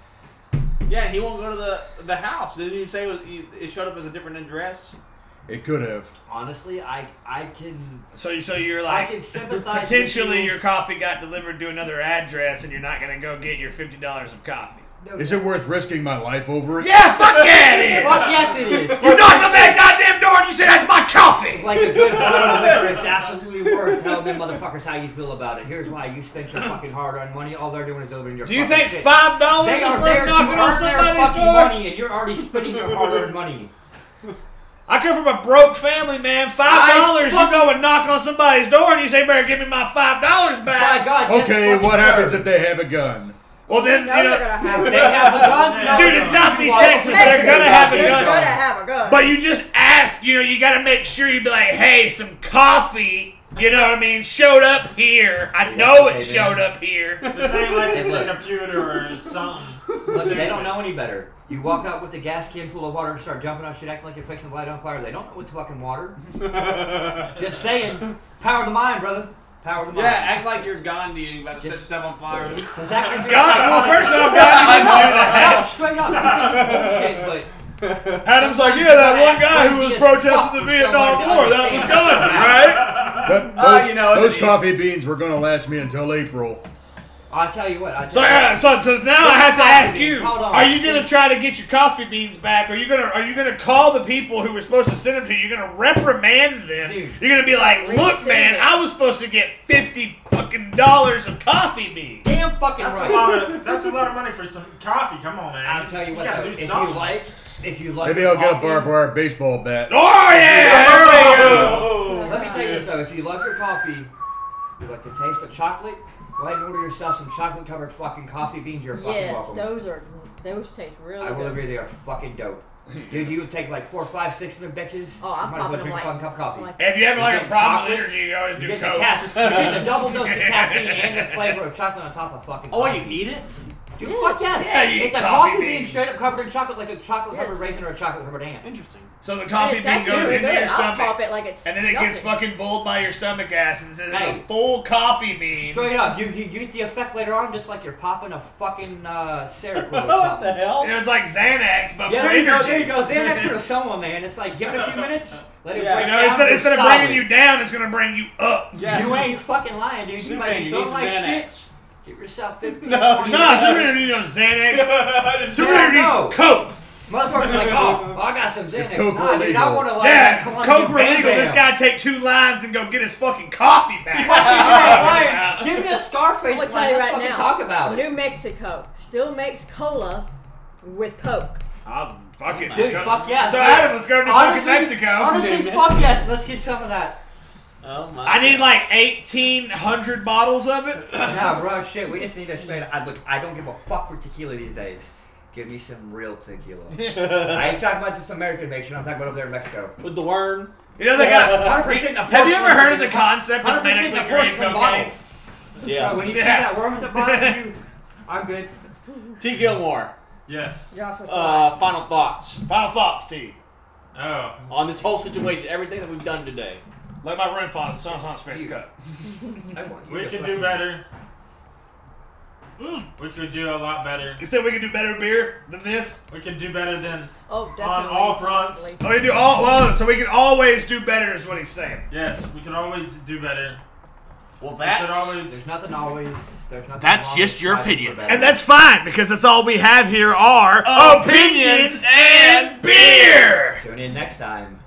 [SPEAKER 1] Yeah, he won't go to the the house. Didn't you say it, was, you- it showed up as a different address?
[SPEAKER 6] It could have.
[SPEAKER 4] Honestly, I I can
[SPEAKER 2] So, so you're
[SPEAKER 4] I
[SPEAKER 2] like
[SPEAKER 4] can sympathize.
[SPEAKER 2] potentially
[SPEAKER 4] with you.
[SPEAKER 2] your coffee got delivered to another address, and you're not gonna go get your fifty dollars of coffee.
[SPEAKER 4] No,
[SPEAKER 6] Is it worth risking my life over it?
[SPEAKER 2] Yeah, fuck yeah, it is.
[SPEAKER 4] Fuck yes, it is.
[SPEAKER 2] You knocked on that goddamn door, and you said that's my coffee.
[SPEAKER 4] like a good bottle liquor, it's absolutely worth telling them motherfuckers how you feel about it. Here's why you spent your fucking hard-earned money. All they're doing is delivering your.
[SPEAKER 2] Do you
[SPEAKER 4] fucking
[SPEAKER 2] think
[SPEAKER 4] shit.
[SPEAKER 2] five dollars
[SPEAKER 4] They
[SPEAKER 2] is
[SPEAKER 4] are there
[SPEAKER 2] worth
[SPEAKER 4] to
[SPEAKER 2] knocking on
[SPEAKER 4] earn their
[SPEAKER 2] somebody's
[SPEAKER 4] fucking
[SPEAKER 2] door?
[SPEAKER 4] money, and you're already spending your hard-earned money.
[SPEAKER 2] I come from a broke family, man. Five dollars, you
[SPEAKER 4] fucking-
[SPEAKER 2] go and knock on somebody's door, and you say, "Better give me my five dollars
[SPEAKER 4] My
[SPEAKER 2] back."
[SPEAKER 4] God. yes,
[SPEAKER 6] Okay,
[SPEAKER 4] fucking
[SPEAKER 6] what
[SPEAKER 4] sir.
[SPEAKER 6] happens if they have a gun?
[SPEAKER 2] Well, then you
[SPEAKER 3] Now you're
[SPEAKER 2] know,
[SPEAKER 3] gonna have
[SPEAKER 4] They have a gun. No,
[SPEAKER 2] dude,
[SPEAKER 4] no,
[SPEAKER 2] in
[SPEAKER 4] no.
[SPEAKER 2] Southeast
[SPEAKER 4] You
[SPEAKER 2] Texas,
[SPEAKER 4] are-
[SPEAKER 2] they're gonna have a
[SPEAKER 3] You're
[SPEAKER 2] gun.
[SPEAKER 3] gonna have a gun.
[SPEAKER 2] But you just ask, you know, you gotta make sure you be like, hey, some coffee, you know what I mean, showed up here. I
[SPEAKER 4] Yeah,
[SPEAKER 2] know it
[SPEAKER 4] okay,
[SPEAKER 2] showed
[SPEAKER 4] then.
[SPEAKER 2] up here.
[SPEAKER 5] This ain't like it's
[SPEAKER 4] Look.
[SPEAKER 5] a computer or something.
[SPEAKER 4] Look, they don't know any better. You walk out with a gas can full of water and start jumping on shit, acting like you're fixing to light on fire. They don't know it's fucking water. Just saying. Power of the mind, brother. Power of the mind.
[SPEAKER 1] Yeah, act like you're Gandhi and you're about to set
[SPEAKER 4] Just-
[SPEAKER 1] yourself on fire.
[SPEAKER 4] Does that confuse
[SPEAKER 2] God, well,
[SPEAKER 4] psychology?
[SPEAKER 2] first off, God, you didn't do that.
[SPEAKER 4] No, straight up. You think it's bullshit,
[SPEAKER 2] Adam's like, yeah, that one guy who was protesting the Vietnam War, that was Gandhi, right?
[SPEAKER 6] That-
[SPEAKER 1] Ah,
[SPEAKER 6] those
[SPEAKER 1] you know, it's
[SPEAKER 6] those
[SPEAKER 1] an-
[SPEAKER 6] coffee beans were going to last me until April.
[SPEAKER 4] but I'll tell you what. I'll tell
[SPEAKER 2] So,
[SPEAKER 4] you
[SPEAKER 2] uh, so, so now I have to ask you,
[SPEAKER 4] Hold on.
[SPEAKER 2] are you gonna try to get your coffee beans back? Are you gonna, are you gonna call the people who were supposed to send them to you? You're gonna reprimand them.
[SPEAKER 4] Dude.
[SPEAKER 2] You're gonna be like, look,
[SPEAKER 3] Resend
[SPEAKER 2] man,
[SPEAKER 3] it."
[SPEAKER 2] I was supposed to get fifty fucking dollars of coffee beans.
[SPEAKER 4] Damn fucking
[SPEAKER 5] That's
[SPEAKER 4] right.
[SPEAKER 5] a lot of that's a lot of money for some coffee. Come on, man.
[SPEAKER 4] I'll tell you what.
[SPEAKER 5] gotta
[SPEAKER 4] though,
[SPEAKER 5] do
[SPEAKER 4] if you
[SPEAKER 5] something.
[SPEAKER 4] like, if you like,
[SPEAKER 6] Maybe I'll get a
[SPEAKER 4] coffee-
[SPEAKER 6] barbed wire baseball bat.
[SPEAKER 2] Oh yeah! There we go.
[SPEAKER 4] Let me tell you this though, if you love your coffee, you like the taste of chocolate, go ahead and order yourself some chocolate covered fucking coffee beans, you're fucking
[SPEAKER 3] yes,
[SPEAKER 4] welcome.
[SPEAKER 3] those are those taste really
[SPEAKER 4] I will
[SPEAKER 3] good.
[SPEAKER 4] agree they are fucking dope. Dude, you would take like four, five, six of them bitches.
[SPEAKER 3] Oh, I'm
[SPEAKER 4] might
[SPEAKER 3] popping
[SPEAKER 4] as well drink
[SPEAKER 3] them like,
[SPEAKER 4] a fucking cup of coffee.
[SPEAKER 3] like
[SPEAKER 2] If you have like a
[SPEAKER 4] get
[SPEAKER 2] problem with
[SPEAKER 4] chocolate?
[SPEAKER 2] energy, you always
[SPEAKER 4] you
[SPEAKER 2] do
[SPEAKER 4] get the
[SPEAKER 2] coke.
[SPEAKER 4] caff- you get the double dose of caffeine and the flavor of chocolate on top of fucking
[SPEAKER 1] Oh,
[SPEAKER 4] coffee.
[SPEAKER 1] you eat it?
[SPEAKER 4] Dude, fuck yes.
[SPEAKER 2] Yeah, you
[SPEAKER 4] it's
[SPEAKER 2] eat
[SPEAKER 4] a
[SPEAKER 2] coffee
[SPEAKER 4] coffee bean
[SPEAKER 2] beans.
[SPEAKER 4] straight up covered in chocolate like a chocolate covered
[SPEAKER 3] Yes.
[SPEAKER 4] raisin or a chocolate covered ant.
[SPEAKER 1] Interesting.
[SPEAKER 2] So the
[SPEAKER 3] and
[SPEAKER 2] coffee
[SPEAKER 3] it's
[SPEAKER 2] bean
[SPEAKER 3] actually
[SPEAKER 2] goes
[SPEAKER 3] really
[SPEAKER 2] into
[SPEAKER 3] good.
[SPEAKER 2] your
[SPEAKER 3] I'll pop
[SPEAKER 2] stomach,
[SPEAKER 3] it like it's
[SPEAKER 2] and then it gets
[SPEAKER 3] nothing.
[SPEAKER 2] fucking bowled by your stomach acid, and says
[SPEAKER 4] Hey.
[SPEAKER 2] a full coffee bean.
[SPEAKER 4] Straight up, you, you, you get the effect later on just like you're popping a fucking uh, Seroquel or something.
[SPEAKER 1] hell?
[SPEAKER 2] You know, it's like Xanax, but
[SPEAKER 4] Yeah,
[SPEAKER 2] for
[SPEAKER 4] there you go,
[SPEAKER 2] energy.
[SPEAKER 4] there you go. Xanax or someone, man. It's like, give it a few minutes, let it
[SPEAKER 1] Yeah.
[SPEAKER 4] break
[SPEAKER 2] You know,
[SPEAKER 4] down.
[SPEAKER 2] instead,
[SPEAKER 4] you're
[SPEAKER 2] instead of
[SPEAKER 4] solid.
[SPEAKER 2] bringing you down, it's gonna bring you up.
[SPEAKER 1] Yeah.
[SPEAKER 4] You ain't fucking lying, dude. You
[SPEAKER 1] Shit,
[SPEAKER 4] might
[SPEAKER 1] man,
[SPEAKER 4] be
[SPEAKER 1] you
[SPEAKER 4] feeling
[SPEAKER 1] need
[SPEAKER 4] like
[SPEAKER 1] some
[SPEAKER 4] shit.
[SPEAKER 1] Xanax.
[SPEAKER 4] Give yourself 15
[SPEAKER 1] No,
[SPEAKER 4] 20
[SPEAKER 2] Nah,
[SPEAKER 4] minutes.
[SPEAKER 2] somebody need no Xanax. Somebody
[SPEAKER 4] Yeah, no.
[SPEAKER 2] needs coke.
[SPEAKER 4] Motherfucker's like, oh, I got some Xanax.
[SPEAKER 6] Coke
[SPEAKER 4] nah,
[SPEAKER 6] were
[SPEAKER 4] dude, I
[SPEAKER 6] legal.
[SPEAKER 4] want to like
[SPEAKER 2] Yeah,
[SPEAKER 4] Colombian
[SPEAKER 2] coke were
[SPEAKER 4] Bam
[SPEAKER 2] legal.
[SPEAKER 4] Bam.
[SPEAKER 2] This guy take two lines and go get his fucking coffee
[SPEAKER 4] Fucking
[SPEAKER 2] back.
[SPEAKER 4] right, right. Give me a Scarface
[SPEAKER 3] I'm
[SPEAKER 4] line.
[SPEAKER 3] gonna tell you
[SPEAKER 4] Let's
[SPEAKER 3] right
[SPEAKER 4] fucking
[SPEAKER 3] now.
[SPEAKER 4] talk about it.
[SPEAKER 3] New Mexico still makes cola with Coke.
[SPEAKER 2] I'm fuck it.
[SPEAKER 4] Dude,
[SPEAKER 2] Let's go-
[SPEAKER 4] fuck yes.
[SPEAKER 2] So Adam, let's go to fucking Mexico.
[SPEAKER 4] Honestly,
[SPEAKER 1] Dude.
[SPEAKER 4] fuck yes. Let's get some of that.
[SPEAKER 1] Oh my!
[SPEAKER 2] I need like eighteen hundred bottles of it.
[SPEAKER 4] Nah, bro, shit. We just need a straight. I look. I don't give a fuck for tequila these days. Give me some real tequila. I ain't talking about this American nation. I'm talking about over there in Mexico.
[SPEAKER 1] with the worm.
[SPEAKER 2] You know they got.
[SPEAKER 4] 100% in a
[SPEAKER 2] Have you ever
[SPEAKER 4] porcelain-
[SPEAKER 2] heard of the concept of
[SPEAKER 4] 100% in
[SPEAKER 2] medically
[SPEAKER 4] a
[SPEAKER 2] grade
[SPEAKER 4] porcelain bottle.
[SPEAKER 2] cocaine?
[SPEAKER 4] Bro,
[SPEAKER 1] Yeah,
[SPEAKER 4] when you see
[SPEAKER 2] Yeah.
[SPEAKER 4] that worm at the bottom, you, I'm good.
[SPEAKER 1] T. Gilmore.
[SPEAKER 5] Yes.
[SPEAKER 3] Jaffa
[SPEAKER 1] Uh, final thoughts
[SPEAKER 2] Final thoughts, T.
[SPEAKER 5] Oh.
[SPEAKER 1] on this whole situation, everything that we've done today.
[SPEAKER 2] Let my rim fall in Samson's face cup.
[SPEAKER 4] I want you
[SPEAKER 5] We
[SPEAKER 4] to
[SPEAKER 5] could
[SPEAKER 4] fucking-
[SPEAKER 5] do better. We could do a lot better.
[SPEAKER 2] You said we could do better beer than this.
[SPEAKER 5] We could do better than
[SPEAKER 3] oh, definitely.
[SPEAKER 5] all fronts.
[SPEAKER 3] possibly.
[SPEAKER 2] Oh, we do all well, so we can always do better, is what he's saying.
[SPEAKER 5] yes. We could always do better.
[SPEAKER 1] Well,
[SPEAKER 5] we could
[SPEAKER 1] that's
[SPEAKER 5] always
[SPEAKER 4] There's nothing always. There's nothing
[SPEAKER 1] That's
[SPEAKER 4] wrong
[SPEAKER 1] just
[SPEAKER 4] with
[SPEAKER 1] your
[SPEAKER 4] striving for
[SPEAKER 1] opinion.
[SPEAKER 4] better.
[SPEAKER 2] And that's fine because that's all we have here are
[SPEAKER 1] Opinions and beer.
[SPEAKER 4] Tune in next time.